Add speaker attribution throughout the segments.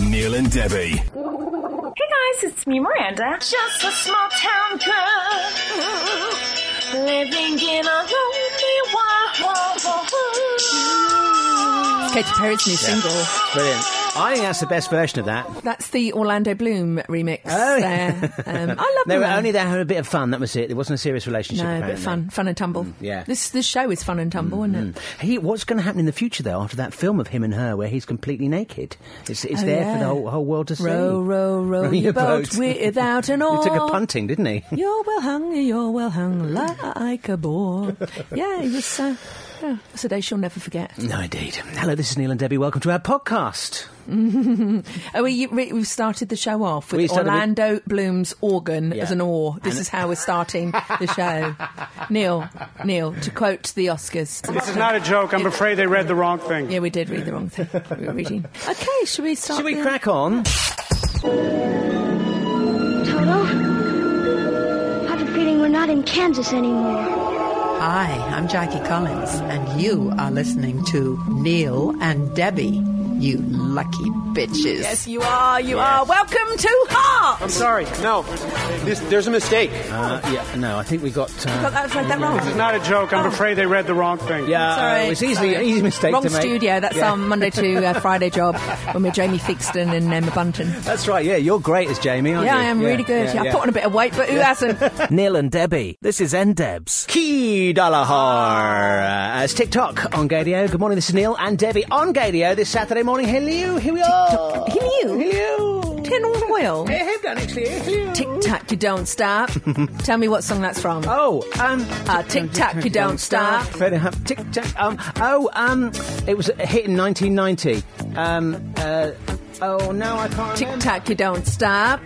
Speaker 1: Neil and Debbie.
Speaker 2: Hey guys, it's me, Miranda. Just a small town girl living in a lonely world.
Speaker 3: Katy Perry's new single.
Speaker 4: Brilliant. I think that's the best version of that.
Speaker 3: That's the Orlando Bloom remix.
Speaker 4: Oh.
Speaker 3: there. Um, I love
Speaker 4: They
Speaker 3: them,
Speaker 4: were
Speaker 3: though.
Speaker 4: only there for a bit of fun. That was it. There wasn't a serious relationship.
Speaker 3: no, a bit
Speaker 4: apparently.
Speaker 3: of fun, fun and tumble.
Speaker 4: yeah. Mm.
Speaker 3: this this show is fun and tumble, isn't it?
Speaker 4: He, what's going to happen in the future though? After that film of him and her, where he's completely naked, it's, it's
Speaker 3: Oh,
Speaker 4: there
Speaker 3: yeah.
Speaker 4: for the whole, whole world to see.
Speaker 3: Row, row, row,
Speaker 4: Row
Speaker 3: your,
Speaker 4: your
Speaker 3: boat,
Speaker 4: boat.
Speaker 3: without an
Speaker 4: He
Speaker 3: oar.
Speaker 4: took a punting, didn't he?
Speaker 3: You're well hung, you're well hung, like a boar. Yeah, it was. Uh, yeah, it's a day she'll never forget.
Speaker 4: no, indeed. Hello, this is Neil and Debbie. Welcome to our podcast.
Speaker 3: Oh, we, we- we've started the show off
Speaker 4: We
Speaker 3: with
Speaker 4: started with-
Speaker 3: Orlando Bloom's organ
Speaker 4: Yeah.
Speaker 3: as an oar. This
Speaker 4: And-
Speaker 3: is how we're starting the show. Neil, Neil, to quote the Oscars.
Speaker 5: This is not a joke. I'm afraid they read the wrong thing.
Speaker 3: Yeah, we did read the wrong thing. We were reading. Okay, should we start?
Speaker 4: Should we
Speaker 3: the-
Speaker 4: crack on?
Speaker 6: Toto, I have a feeling we're not in Kansas anymore.
Speaker 7: Hi, I'm Jackie Collins, and you are listening to Neil and Debbie, you lucky bitches.
Speaker 3: Yes, you are. You are. Welcome to Heart.
Speaker 8: I'm sorry. No, this, there's a mistake.
Speaker 4: Uh, yeah, no, I think we got. Uh,
Speaker 3: Got that, read that wrong.
Speaker 5: This is not a joke. I'm afraid they read the wrong thing.
Speaker 4: yeah,
Speaker 3: Sorry,
Speaker 4: it was easily
Speaker 3: sorry.
Speaker 4: easy mistake
Speaker 3: Wrong
Speaker 4: to make.
Speaker 3: studio. That's
Speaker 4: Yeah.
Speaker 3: our Monday to uh, Friday job when we're Jamie Fixton and Emma Bunton.
Speaker 4: That's right. Yeah, you're great as Jamie, aren't
Speaker 3: Yeah,
Speaker 4: you?
Speaker 3: I am really good. Yeah, I put on a bit of weight, but who hasn't?
Speaker 4: Neil and Debbie. This is NDebs. Key Dalahar. Uh, it's TikTok on Gadio. Good morning. This is Neil and Debbie on Gadio this Saturday morning. Hello. Here we are.
Speaker 3: Hello.
Speaker 4: Hello.
Speaker 3: Tin on oil.
Speaker 4: I have done actually. Hello.
Speaker 3: Tic Tac, you don't stop. Tell me what song that's from.
Speaker 4: Oh, um,
Speaker 3: Ah, Tic Tac, you don't stop.
Speaker 4: Fair enough. Tic Tac. Um, oh, um, it was a hit in 1990. Um, uh, oh no, I can't.
Speaker 3: Tic
Speaker 4: remember.
Speaker 3: Tac, you don't stop.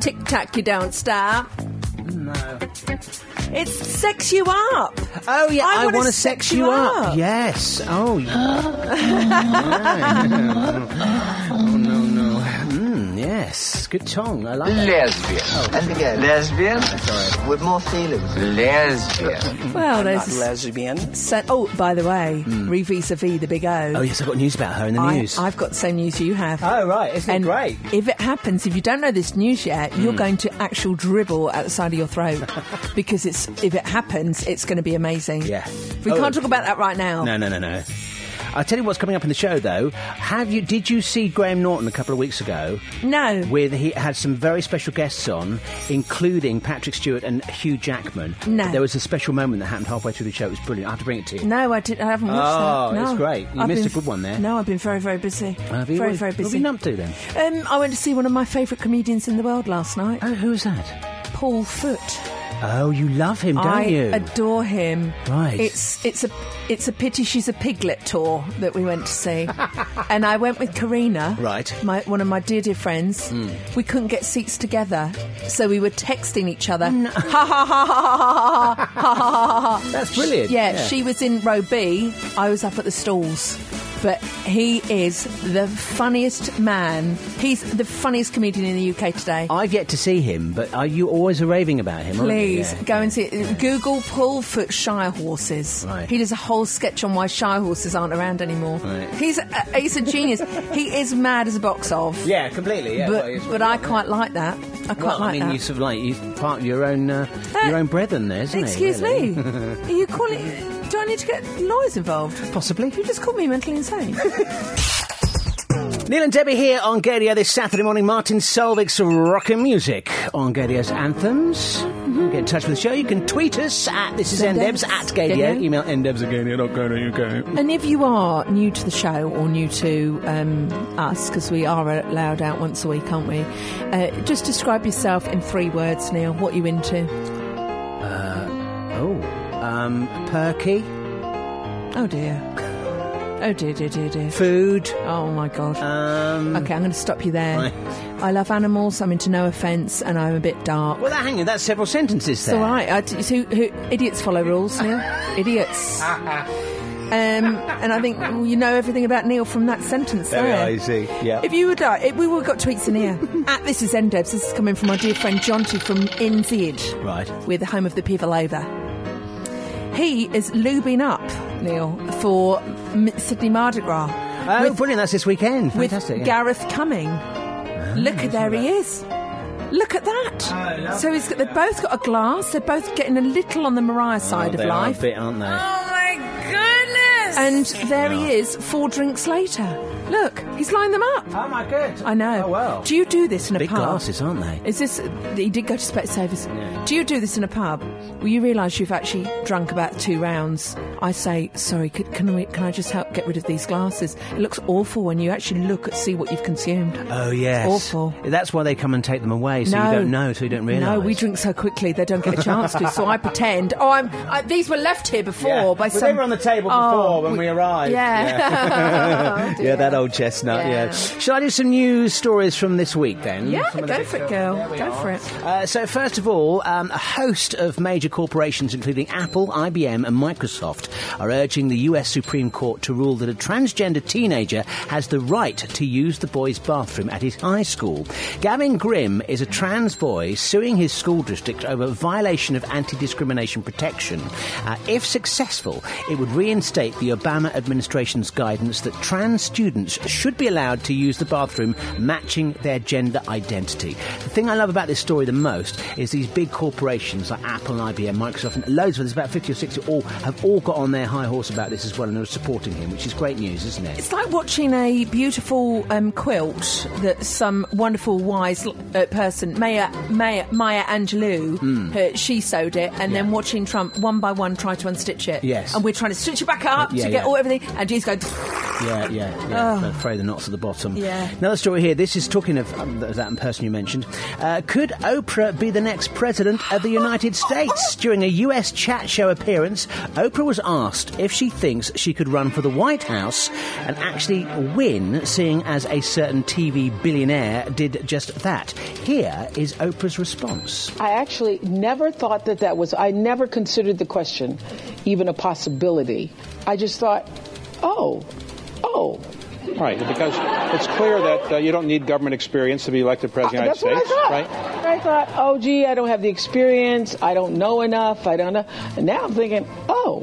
Speaker 3: Tic Tac, you don't stop.
Speaker 4: No.
Speaker 3: It's sex you up.
Speaker 4: Oh yeah,
Speaker 3: I
Speaker 4: I,
Speaker 3: wanna
Speaker 4: want to
Speaker 3: sex
Speaker 4: sex
Speaker 3: you
Speaker 4: you up.
Speaker 3: up.
Speaker 4: Yes. Oh. Yeah. oh no no. Mm, yes. Good tongue. I like it.
Speaker 9: Lesbian. I think I lesbian with more feelings. Lesbian.
Speaker 3: Well, there's a
Speaker 9: lesbian.
Speaker 3: sen- oh, by the way, re vis a vis the big O.
Speaker 4: Hmm. Oh yes, I got news about her in the
Speaker 3: I,
Speaker 4: news.
Speaker 3: I've got the same news you have.
Speaker 4: oh right, isn't
Speaker 3: and
Speaker 4: it great? Hmm.
Speaker 3: if it happens, if you don't know this news yet, you're going to actual dribble at the side of your throat because it's if it happens, it's going to be amazing.
Speaker 4: Yeah.
Speaker 3: we
Speaker 4: Oh.
Speaker 3: can't talk about that right now.
Speaker 4: No no no no. I tell you what's coming up in the show though. Have you? Did you see Graham Norton a couple of weeks ago?
Speaker 3: No.
Speaker 4: With he had some very special guests on, including Patrick Stewart and Hugh Jackman.
Speaker 3: No.
Speaker 4: There was a special moment that happened halfway through the show. It was brilliant. I have to bring it to you.
Speaker 3: No, I didn't. I haven't watched
Speaker 4: Oh,
Speaker 3: that. No.
Speaker 4: it's great. You missed a good one there.
Speaker 3: No, I've been very, very busy.
Speaker 4: Have you?
Speaker 3: Very,
Speaker 4: What-
Speaker 3: very
Speaker 4: what have
Speaker 3: busy.
Speaker 4: you been up to then?
Speaker 3: Um, I went to see one of my favourite comedians in the world last night,
Speaker 4: Oh, who's that?
Speaker 3: Paul Foot.
Speaker 4: Oh, you love him, don't
Speaker 3: I
Speaker 4: you?
Speaker 3: adore him.
Speaker 4: Right.
Speaker 3: It's it's a it's a pity she's a piglet tour that we went to see, and I went with Karina.
Speaker 4: Right. Hmm.
Speaker 3: My one of my dear dear friends. We couldn't get seats together, so we were texting each other. Ha ha ha ha ha ha ha ha ha ha ha.
Speaker 4: That's brilliant.
Speaker 3: Yeah,
Speaker 4: Yeah.
Speaker 3: she was in row B. I was up at the stalls. But he is the funniest man. He's the funniest comedian in the UK today.
Speaker 4: I've yet to see him, but are you always raving about him? aren't you?
Speaker 3: Please
Speaker 4: Yeah.
Speaker 3: go and see it. Google Pullfoot Shire Horses.
Speaker 4: Right.
Speaker 3: He does a whole sketch on why Shire horses aren't around anymore.
Speaker 4: Right.
Speaker 3: He's a, he's a genius. he is mad as a box of.
Speaker 4: Yeah, completely. Yeah,
Speaker 3: but
Speaker 4: Well, it's-
Speaker 3: but I quite like that. I quite
Speaker 4: well,
Speaker 3: like
Speaker 4: I mean,
Speaker 3: that.
Speaker 4: you sort of like you part of your own uh,
Speaker 3: Uh,
Speaker 4: your own brethren, there, isn't
Speaker 3: Excuse
Speaker 4: it? really?
Speaker 3: me. Are you calling? Do I need to get lawyers involved?
Speaker 4: Possibly.
Speaker 3: You just called me mentally insane.
Speaker 4: Neil and Debbie here on Gadio this Saturday morning. Martin Solvig's Rockin' Music on Gadio's Anthems. Get in touch with the show. You can tweet us at this is
Speaker 3: Ndebs.
Speaker 4: ndebs at Gadio.
Speaker 3: Gadio.
Speaker 4: Email ndebs at gadio.co.uk.
Speaker 3: And if you are new to the show or new to um, us, because we are allowed out once a week, aren't we? Uh, just describe yourself in three words, Neil. What are you into?
Speaker 4: Oh, um, perky,
Speaker 3: Oh dear. Oh dear, dear, dear, dear.
Speaker 4: food.
Speaker 3: Oh my god.
Speaker 4: Um,
Speaker 3: okay, I'm going to stop you there.
Speaker 4: right.
Speaker 3: I love animals. I'm into no offence, and I'm a bit dark.
Speaker 4: Well, that, hang on, that's several sentences
Speaker 3: it's
Speaker 4: there.
Speaker 3: all right. I t- so, who, idiots follow rules, Neil. idiots. Um, and I think well, you know everything about Neil from that sentence there.
Speaker 4: easy. Yeah.
Speaker 3: If you would like, if we have got tweets in here. At this is Ndebs. This is coming from our dear friend Jonty from NZ.
Speaker 4: Right.
Speaker 3: We're the home of the Pivalova. He is lubing up, Neil, for M- Sydney Mardi Gras
Speaker 4: Oh, brilliant. That's this weekend.
Speaker 3: with
Speaker 4: Fantastic. yeah. Ah,
Speaker 3: Gareth Cumming. Look at there he is. Look at that. So he's got, they've both got a glass. They're both getting a little on the Mariah side
Speaker 4: Oh, they
Speaker 3: of
Speaker 4: are a
Speaker 3: life.
Speaker 4: bit, aren't they?
Speaker 2: Oh my goodness!
Speaker 3: And there he is, four drinks later. Look, he's lined them up.
Speaker 4: Oh my god!
Speaker 3: I know. Do you do this in a
Speaker 4: Big
Speaker 3: pub?
Speaker 4: glasses, aren't they?
Speaker 3: Is this? He did go to Specsavers. Do you do this in a pub? Well, you realise you've actually drunk about two rounds. I say, sorry, could, can we? Can I just help get rid of these glasses? It looks awful when you actually look at see what you've consumed.
Speaker 4: Oh yes,
Speaker 3: awful.
Speaker 4: That's why they come and take them away, so
Speaker 3: no,
Speaker 4: you don't know, so you don't realise.
Speaker 3: No, we drink so quickly they don't get a chance to. So I pretend. Oh, I'm. I, these were left here before
Speaker 4: Yeah.
Speaker 3: by
Speaker 4: Well, they
Speaker 3: some.
Speaker 4: were on the table before when we arrived.
Speaker 3: Yeah. Oh, dear.
Speaker 4: Yeah, that old chestnut. Yeah.
Speaker 3: Yeah.
Speaker 4: Shall I do some news stories from this week then?
Speaker 3: Yeah,
Speaker 4: Some of the
Speaker 3: go
Speaker 4: big
Speaker 3: for it,
Speaker 4: stuff.
Speaker 3: girl.
Speaker 4: There we
Speaker 3: Go
Speaker 4: are.
Speaker 3: for it.
Speaker 4: Uh, so, first of all, um, a host of major corporations, including Apple, IBM, and Microsoft, are urging the US Supreme Court to rule that a transgender teenager has the right to use the boys' bathroom at his high school. Gavin Grimm is a trans boy suing his school district over violation of anti discrimination protection. Uh, if successful, it would reinstate the Obama administration's guidance that trans students should be allowed to use the bathroom matching their gender identity. The thing I love about this story the most is these big corporations like Apple, IBM, Microsoft, and loads of others, about 50 or 60, all have all got on their high horse about this as well and are supporting him, which is great news, isn't it?
Speaker 3: It's like watching a beautiful um, quilt that some wonderful, wise uh, person, Maya, Maya, Maya Angelou,
Speaker 4: Hmm.
Speaker 3: uh, she sewed it, and then watching Trump one by one try to unstitch it.
Speaker 4: Yes.
Speaker 3: And we're trying to stitch it back up
Speaker 4: Yeah,
Speaker 3: to get
Speaker 4: yeah.
Speaker 3: all everything, and he's going,
Speaker 4: Yeah, yeah, yeah. I'm afraid the knots at the bottom.
Speaker 3: Yeah.
Speaker 4: Another story here. This is talking of um, th- that person you mentioned. Uh, could Oprah be the next president of the United States? During a U.S. chat show appearance, Oprah was asked if she thinks she could run for the White House and actually win, seeing as a certain TV billionaire did just that. Here is Oprah's response.
Speaker 1: I actually never thought that that was, I never considered the question even a possibility. I just thought, oh, oh.
Speaker 8: Right, because it's clear that uh, you don't need government experience to be elected president
Speaker 1: That's
Speaker 8: of the
Speaker 1: what I
Speaker 8: United States,
Speaker 1: thought.
Speaker 8: right?
Speaker 1: I thought, oh, gee, I don't have the experience. I don't know enough. I don't know. And now I'm thinking, oh.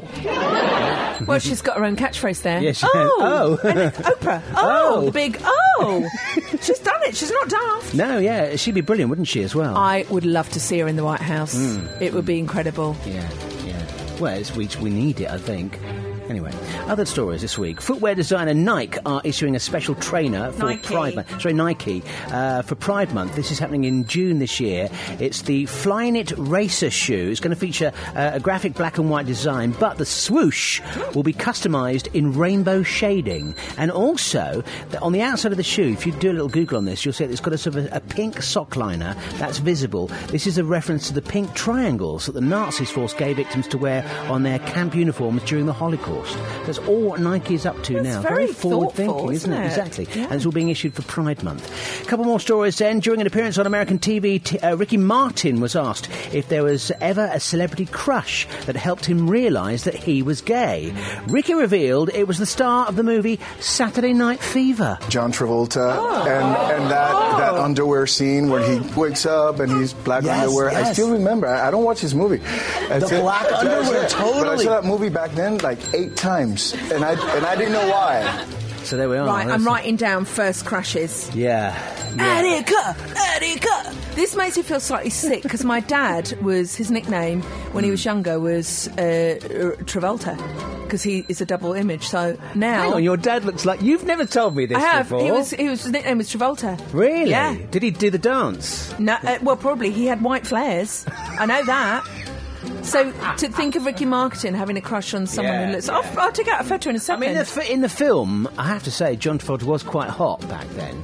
Speaker 3: well, she's got her own catchphrase there.
Speaker 4: Yes, she has.
Speaker 3: oh,
Speaker 4: Oh.
Speaker 3: and it's Oprah. Oh,
Speaker 4: Oh.
Speaker 3: the big oh. she's done it. She's not daft.
Speaker 4: No, yeah, she'd be brilliant, wouldn't she, as well?
Speaker 3: I would love to see her in the White House.
Speaker 4: Hmm.
Speaker 3: It would be incredible.
Speaker 4: Yeah, yeah. Well, it's, we, we need it, I think. Anyway, other stories this week. Footwear designer Nike are issuing a special trainer for
Speaker 3: Nike.
Speaker 4: Pride Month. Sorry, Nike uh, for Pride Month. This is happening in June this year. It's the Flyknit Racer shoe. It's going to feature uh, a graphic black and white design, but the swoosh will be customised in rainbow shading. And also, the- on the outside of the shoe, if you do a little Google on this, you'll see that it's got a sort of a, a pink sock liner that's visible. This is a reference to the pink triangles that the Nazis forced gay victims to wear on their camp uniforms during the Holocaust. That's all what Nike is up to
Speaker 3: That's
Speaker 4: now.
Speaker 3: very
Speaker 4: forward
Speaker 3: thoughtful,
Speaker 4: thinking,
Speaker 3: isn't
Speaker 4: isn't,
Speaker 3: it?
Speaker 4: Exactly.
Speaker 3: Yeah.
Speaker 4: And it's all being issued for Pride Month. A couple more stories then. During an appearance on American TV, t- uh, Ricky Martin was asked if there was ever a celebrity crush that helped him realise that he was gay. Ricky revealed it was the star of the movie Saturday Night Fever.
Speaker 10: John Travolta and, and that, that underwear scene where he wakes up and he's black
Speaker 4: Yes,
Speaker 10: underwear.
Speaker 4: yes.
Speaker 10: I still remember. I, I don't watch his movie. I
Speaker 4: The black
Speaker 10: but I saw-
Speaker 4: underwear,
Speaker 10: But I
Speaker 4: totally.
Speaker 10: saw that movie back then like eight times, and I and I didn't know why.
Speaker 4: So there we are.
Speaker 3: Right, I'm
Speaker 4: That's-
Speaker 3: writing down first crashes.
Speaker 4: Yeah.
Speaker 3: Attica, Attica. This makes me feel slightly sick because my dad was his nickname when he
Speaker 4: Hmm.
Speaker 3: was younger was uh, uh, Travolta because he is a double image. So now
Speaker 4: Hang on, your dad looks like you've never told me this
Speaker 3: I have
Speaker 4: before.
Speaker 3: he was he was his nickname was Travolta.
Speaker 4: really?
Speaker 3: Yeah.
Speaker 4: Did he do the dance?
Speaker 3: No, uh, well, probably he had white flares. I know that. So to think of Ricky Martin having a crush on someone
Speaker 4: Yeah,
Speaker 3: who looks,
Speaker 4: yeah.
Speaker 3: I'll, I'll take out a photo in a
Speaker 4: I
Speaker 3: second.
Speaker 4: mean, in the, fi- in the film, I have to say, John Travolta was quite hot back then.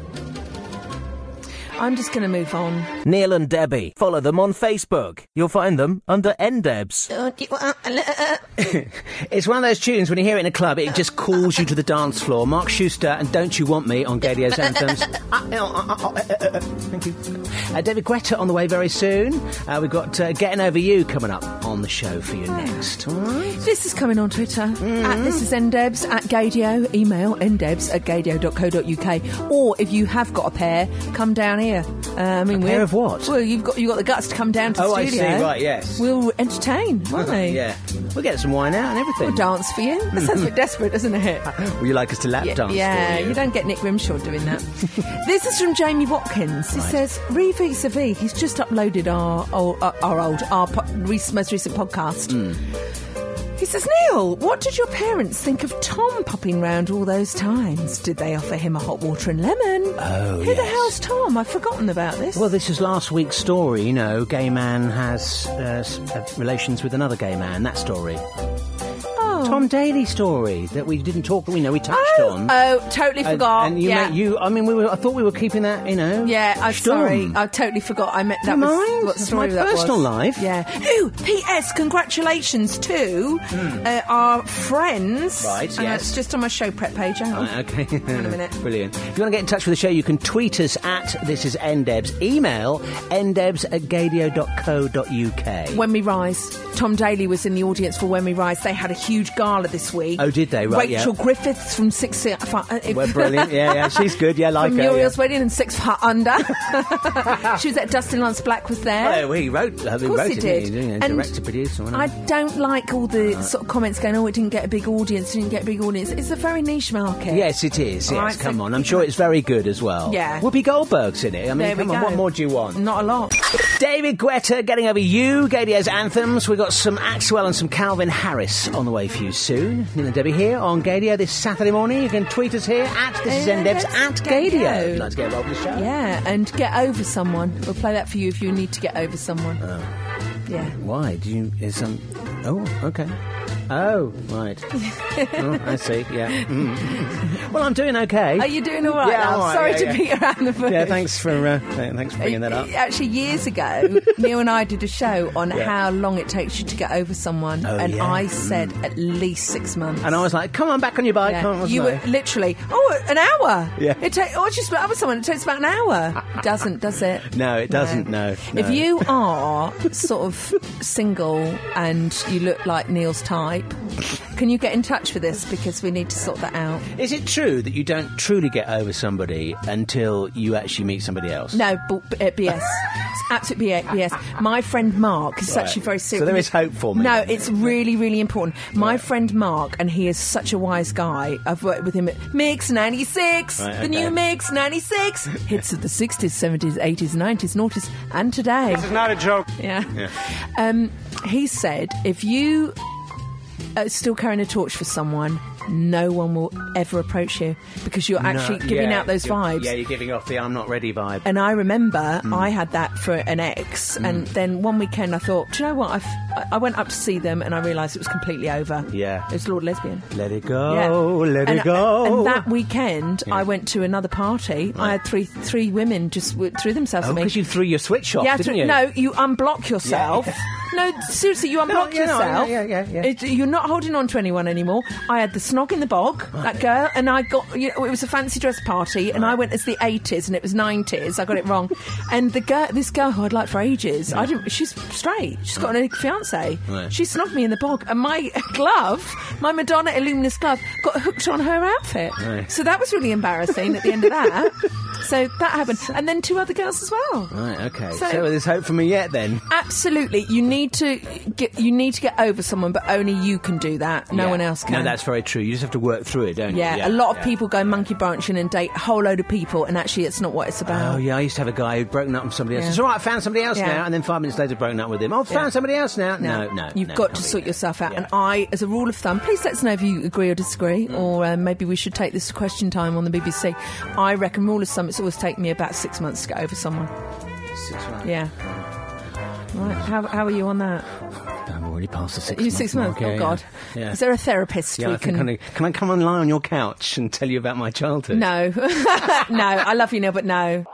Speaker 3: I'm just going to move on.
Speaker 11: Neil and Debbie. Follow them on Facebook. You'll find them under NDebs.
Speaker 12: oh, uh,
Speaker 4: It's one of those tunes when you hear it in a club, it just calls you to the dance floor. Mark Schuster and Don't You Want Me on Gadio's Anthems. uh, Uh, Thank you. Uh, David Guetta on the way very soon. Uh, we've got uh, Getting Over You coming up on the show for you
Speaker 3: Oh,
Speaker 4: next. All right?
Speaker 3: This is coming on Twitter.
Speaker 4: Mm.
Speaker 3: At this is ndebs at gadio. Email ndebs at gadio.co.uk. Or if you have got a pair, come down here. Uh, I mean,
Speaker 4: A
Speaker 3: we're-
Speaker 4: pair of what?
Speaker 3: Well, you've got you have got the guts to come down to the
Speaker 4: Oh, I see,
Speaker 3: studio.
Speaker 4: right, yes.
Speaker 3: We'll entertain, won't we?
Speaker 4: yeah. We'll get some wine out and
Speaker 3: We'll
Speaker 4: everything.
Speaker 3: dance for you. That sounds a bit desperate, doesn't it?
Speaker 4: Would you like us to lap
Speaker 3: Yeah,
Speaker 4: dance?
Speaker 3: yeah,
Speaker 4: for you?
Speaker 3: you don't get Nick Grimshaw doing that. this is from Jamie Watkins. He says, re vis a vis, he's just uploaded our, old- our, our old, our po- re- most recent podcast.
Speaker 4: Hmm.
Speaker 3: He says, Neil, what did your parents think of Tom popping round all those times? Did they offer him a hot water and lemon?
Speaker 4: Oh,
Speaker 3: Who the
Speaker 4: yes.
Speaker 3: hell's Tom? I've forgotten about this.
Speaker 4: Well, this is last week's story. You know, gay man has uh, s- uh, relations with another gay man. That story,
Speaker 3: oh.
Speaker 4: Tom Daly story that we didn't talk. We know we touched
Speaker 3: Oh,
Speaker 4: on.
Speaker 3: oh, totally
Speaker 4: And-
Speaker 3: forgot.
Speaker 4: And you,
Speaker 3: yeah.
Speaker 4: made- you. I mean, we were, I thought we were keeping that. You know.
Speaker 3: Yeah, I'm
Speaker 4: stum.
Speaker 3: sorry. I totally forgot. I meant that
Speaker 4: Never
Speaker 3: was
Speaker 4: mind.
Speaker 3: what
Speaker 4: It's
Speaker 3: story
Speaker 4: my
Speaker 3: that
Speaker 4: personal
Speaker 3: was.
Speaker 4: life.
Speaker 3: Yeah. Ooh, P.S. Congratulations to uh, our friends.
Speaker 4: Hmm. Right,
Speaker 3: And
Speaker 4: yes.
Speaker 3: It's just on my show prep page. Hang on.
Speaker 4: Right, okay.
Speaker 3: Hang on a minute.
Speaker 4: Brilliant. If you want to get in touch with the show, you can tweet us at this is ndebs. Email ndebs at gadio.co.uk.
Speaker 3: When We Rise. Tom Daly was in the audience for When We Rise. They had a huge gala this week.
Speaker 4: Oh, did they? Right,
Speaker 3: Rachel
Speaker 4: yeah.
Speaker 3: Griffiths from Six. uh, fi- uh, if-
Speaker 4: We're brilliant. Yeah, yeah. She's good. Yeah, I like
Speaker 3: From
Speaker 4: her.
Speaker 3: Muriel's
Speaker 4: yeah.
Speaker 3: Wedding and Six Foot Under. she was at Dustin Lance Black was there.
Speaker 4: Oh, he wrote. Of
Speaker 3: course
Speaker 4: wrote
Speaker 3: he
Speaker 4: it,
Speaker 3: did.
Speaker 4: didn't he?
Speaker 3: And
Speaker 4: Director, producer. whatever.
Speaker 3: I don't like all the sort of comments going, oh, it didn't get a big audience, it didn't get a big audience. It's a very niche market.
Speaker 4: Yes, it is. Yes,
Speaker 3: All right, so-
Speaker 4: come on. I'm sure it's very good as well.
Speaker 3: Yeah.
Speaker 4: Whoopi Goldberg's in it. I mean,
Speaker 3: There we
Speaker 4: come on.
Speaker 3: go.
Speaker 4: What more do you want?
Speaker 3: Not a lot.
Speaker 4: David Guetta getting over you. Gadio's anthems. We've got some Axwell and some Calvin Harris on the way for you soon. Neil and Debbie here on Gadio this Saturday morning. You can tweet us here at this is ndebs at Gadio. If you'd like to get involved with the show.
Speaker 3: Uh, Yeah, and get over someone. We'll play that for you if you need to get over someone.
Speaker 4: Oh.
Speaker 3: Yeah.
Speaker 4: Why do you? Is some? Oh, okay. Oh, right. oh, I see. Yeah. Mm. well, I'm doing okay.
Speaker 3: Are you doing all right?
Speaker 4: Yeah,
Speaker 3: now?
Speaker 4: I'm all right,
Speaker 3: Sorry
Speaker 4: yeah,
Speaker 3: to
Speaker 4: yeah.
Speaker 3: beat around the bush.
Speaker 4: yeah, thanks for uh, th- thanks for bringing that up.
Speaker 3: Actually, years ago, Neil and I did a show on
Speaker 4: Yeah.
Speaker 3: how long it takes you to get over someone,
Speaker 4: Oh,
Speaker 3: and
Speaker 4: yeah.
Speaker 3: I said at least six months.
Speaker 4: And I was like, "Come on, back on your bike."
Speaker 3: Yeah.
Speaker 4: Come on, wasn't
Speaker 3: you
Speaker 4: I?
Speaker 3: were literally oh an hour.
Speaker 4: Yeah.
Speaker 3: It takes oh just about with someone. It takes about an hour. Doesn't does it?
Speaker 4: No, it doesn't, no, no.
Speaker 3: If you are sort of single and you look like Neil's type, can you get in touch with us because we need to sort that out?
Speaker 4: Is it true that you don't truly get over somebody until you actually meet somebody else?
Speaker 3: No, bu- b- uh, BS. it's absolute B- BS. My friend Mark is
Speaker 4: Right.
Speaker 3: actually very serious.
Speaker 4: So there is hope for me.
Speaker 3: No, it's really, really important. My friend Mark, and he is such a wise guy. I've worked with him at Mix 96,
Speaker 4: Right,
Speaker 3: the
Speaker 4: okay.
Speaker 3: new Mix 96, hits of the 60s, 70s, 80s, 90s, noughties, and today.
Speaker 5: This is not a joke.
Speaker 3: Yeah. Um, he said, if you are still carrying a torch for someone, no one will ever approach you because you're actually giving out those vibes.
Speaker 4: Uh, Yeah, you're giving off the "I'm not ready" vibe.
Speaker 3: And I remember
Speaker 4: Hmm.
Speaker 3: I had that for an ex, and then one weekend I thought, do you know what? I've, I- I went up to see them, and I realised it was completely over.
Speaker 4: Yeah.
Speaker 3: it was Lord Lesbian.
Speaker 4: let it go, let
Speaker 3: and, uh,
Speaker 4: it go.
Speaker 3: And that weekend, I went to another party. I had three three women just w- threw themselves
Speaker 4: oh,
Speaker 3: at me.
Speaker 4: because you threw your switch off,
Speaker 3: yeah,
Speaker 4: didn't
Speaker 3: thre-
Speaker 4: you?
Speaker 3: no, you unblock yourself. No, seriously, you unblock
Speaker 4: yeah, no, I-
Speaker 3: yourself.
Speaker 4: yeah, yeah, yeah.
Speaker 3: It- you're not holding on to anyone anymore. I had the snog in the bog, that girl, and I got, you know, it was a fancy dress party, and I went as the 80s, and it was 90s. I got it wrong. and the girl, this girl who I'd liked for ages, I didn't, she's straight. She's got a fiance.
Speaker 4: Right.
Speaker 3: She snogged me in the bog, and my glove, my Madonna Illuminous glove, got hooked on her outfit.
Speaker 4: Right.
Speaker 3: So that was really embarrassing at the end of that. So that happened. And then two other girls as well.
Speaker 4: Right, okay. So,
Speaker 3: So-
Speaker 4: there's hope for me yet then.
Speaker 3: Absolutely, you need to get you need to get over someone, but only you can do that. No
Speaker 4: Yeah.
Speaker 3: one else can.
Speaker 4: No, that's very true. You just have to work through it, don't
Speaker 3: yeah,
Speaker 4: you?
Speaker 3: a lot of
Speaker 4: yeah.
Speaker 3: people go monkey branching and date a whole load of people, and actually, it's not what it's about.
Speaker 4: Oh yeah, I used to have a guy who'd broken up with somebody else.
Speaker 3: Yeah.
Speaker 4: It's all right, I found somebody else
Speaker 3: Yeah.
Speaker 4: now, and then five minutes later, broken up with him. Oh, found
Speaker 3: Yeah.
Speaker 4: somebody else now. No, no,
Speaker 3: You've
Speaker 4: no,
Speaker 3: got to
Speaker 4: can't be
Speaker 3: sort
Speaker 4: that.
Speaker 3: yourself out.
Speaker 4: Yeah. Mm.
Speaker 3: And I, as a rule of thumb, please let us know if you agree or disagree, or uh, maybe we should take this to question time on the BBC. I reckon, rule of thumb, it's always taken me about six months to get over someone.
Speaker 4: Six months.
Speaker 3: Yeah. Right. How, how are you on that?
Speaker 4: I'm Um, already past the six
Speaker 3: Are you
Speaker 4: months.
Speaker 3: six months?
Speaker 4: mark, yeah,
Speaker 3: oh, God.
Speaker 4: yeah. Yeah.
Speaker 3: Is there a therapist
Speaker 4: Yeah,
Speaker 3: we
Speaker 4: I think
Speaker 3: can.
Speaker 4: I, can I come and lie on your couch and tell you about my childhood?
Speaker 3: No, no, I love you, Neil, but no.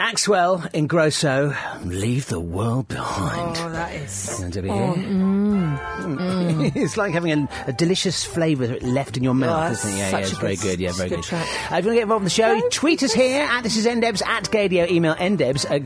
Speaker 4: Axwell in Grosso, leave the world behind.
Speaker 3: Oh, that is.
Speaker 4: And over
Speaker 3: oh,
Speaker 4: here.
Speaker 3: mm, mm. Oh,
Speaker 4: it's like having a, a delicious flavour left in your mouth,
Speaker 3: that's
Speaker 4: isn't it? Yeah,
Speaker 3: such
Speaker 4: yeah,
Speaker 3: a
Speaker 4: it's very
Speaker 3: good-
Speaker 4: good. Yeah,
Speaker 3: it's a
Speaker 4: very
Speaker 3: good
Speaker 4: good.
Speaker 3: track.
Speaker 4: Uh, if you want to get involved in the show, tweet us here at this is ndebs at gadio. Email ndebs at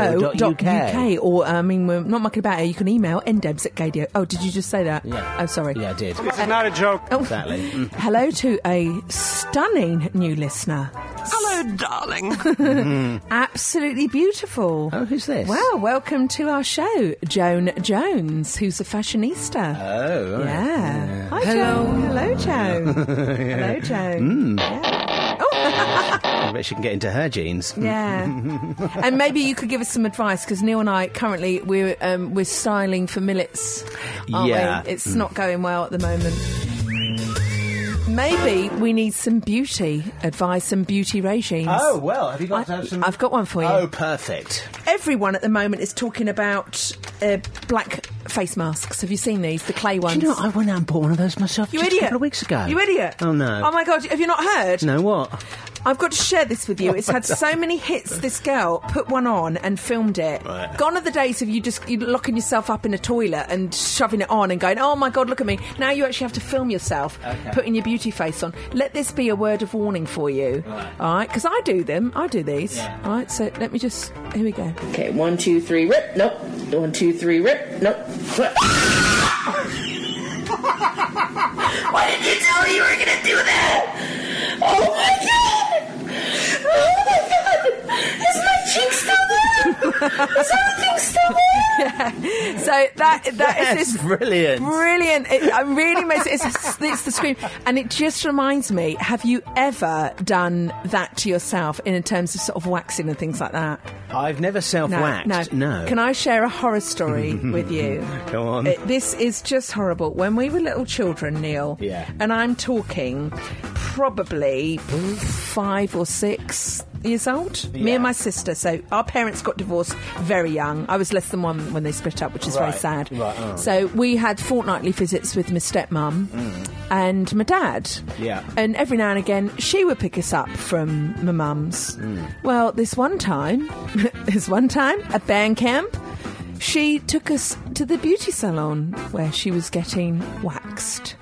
Speaker 4: gadio.co.uk.
Speaker 3: Co.uk, or uh, I mean, we're not mucking about here. You can email ndebs at gadio. Oh, did you just say that?
Speaker 4: Yeah.
Speaker 3: Oh, sorry.
Speaker 4: Yeah, I did.
Speaker 5: This is not a joke.
Speaker 4: Exactly. Mm.
Speaker 3: Hello to a stunning new listener.
Speaker 13: Hello, darling.
Speaker 3: Absolutely beautiful.
Speaker 4: Oh, who's this?
Speaker 3: Well, welcome to our show, Joan Jones, who's a fashionista.
Speaker 4: Oh, right.
Speaker 3: Yeah. Hi, Joan. Hello, Joan. Hello,
Speaker 4: Hmm.
Speaker 3: Joan. Yeah. Oh.
Speaker 4: I bet she can get into her jeans.
Speaker 3: Yeah. and maybe you could give us some advice because Neil and I currently we're um, we're styling for millets. Aren't
Speaker 4: Yeah.
Speaker 3: we? it's
Speaker 4: Mm.
Speaker 3: not going well at the moment. Maybe we need some beauty advice and beauty regimes.
Speaker 4: Oh, well, have you got
Speaker 3: I,
Speaker 4: to have some-
Speaker 3: I've got one for you.
Speaker 4: Oh, perfect.
Speaker 3: Everyone at the moment is talking about uh, black face masks. Have you seen these? The clay ones.
Speaker 4: Do you know, I went out and bought one of those myself
Speaker 3: You
Speaker 4: just
Speaker 3: idiot!
Speaker 4: a couple of weeks ago.
Speaker 3: You idiot!
Speaker 4: Oh, no.
Speaker 3: Oh my god! Have you not heard?
Speaker 4: No, what?
Speaker 3: I've got to share this
Speaker 4: Oh
Speaker 3: with you. It's had so many hits. This girl put one on and filmed it.
Speaker 4: Right.
Speaker 3: Gone are the days of you just you locking yourself up in a toilet and shoving it on and going, "Oh my god, look at me!" Now you actually have to film yourself
Speaker 4: Okay.
Speaker 3: putting your beauty face on. Let this be a word of warning for you,
Speaker 4: Right.
Speaker 3: all right? Because I do them. I do these. All right. So let me just. Here we go.
Speaker 12: Okay, one, two, three, rip. Nope. One, two, three, rip. Nope. Why did you tell me you were gonna do that? Oh my god! Oh my god! Is my cheek still there? Is everything still there?
Speaker 3: So that that is
Speaker 12: That's
Speaker 3: this
Speaker 4: brilliant,
Speaker 3: brilliant. It, I really miss it's, it's the scream, and it just reminds me. Have you ever done that to yourself in terms of sort of waxing and things like that?
Speaker 4: I've never self waxed. No,
Speaker 3: Can I share a horror story with you?
Speaker 4: Go on.
Speaker 3: It- this is just horrible. When we were little children, Neil,
Speaker 4: Yeah.
Speaker 3: and I'm talking probably five or six years old, me and my sister. So our parents got divorced very young. I was less than one when they split up, which is
Speaker 12: Right.
Speaker 3: very sad.
Speaker 12: Right, all right.
Speaker 3: So we had fortnightly visits with my stepmom and my dad.
Speaker 12: Yeah.
Speaker 3: And every now and again, she would pick us up from my mum's. Well, this one time, this one time at band camp, she took us to the beauty salon where she was getting waxed.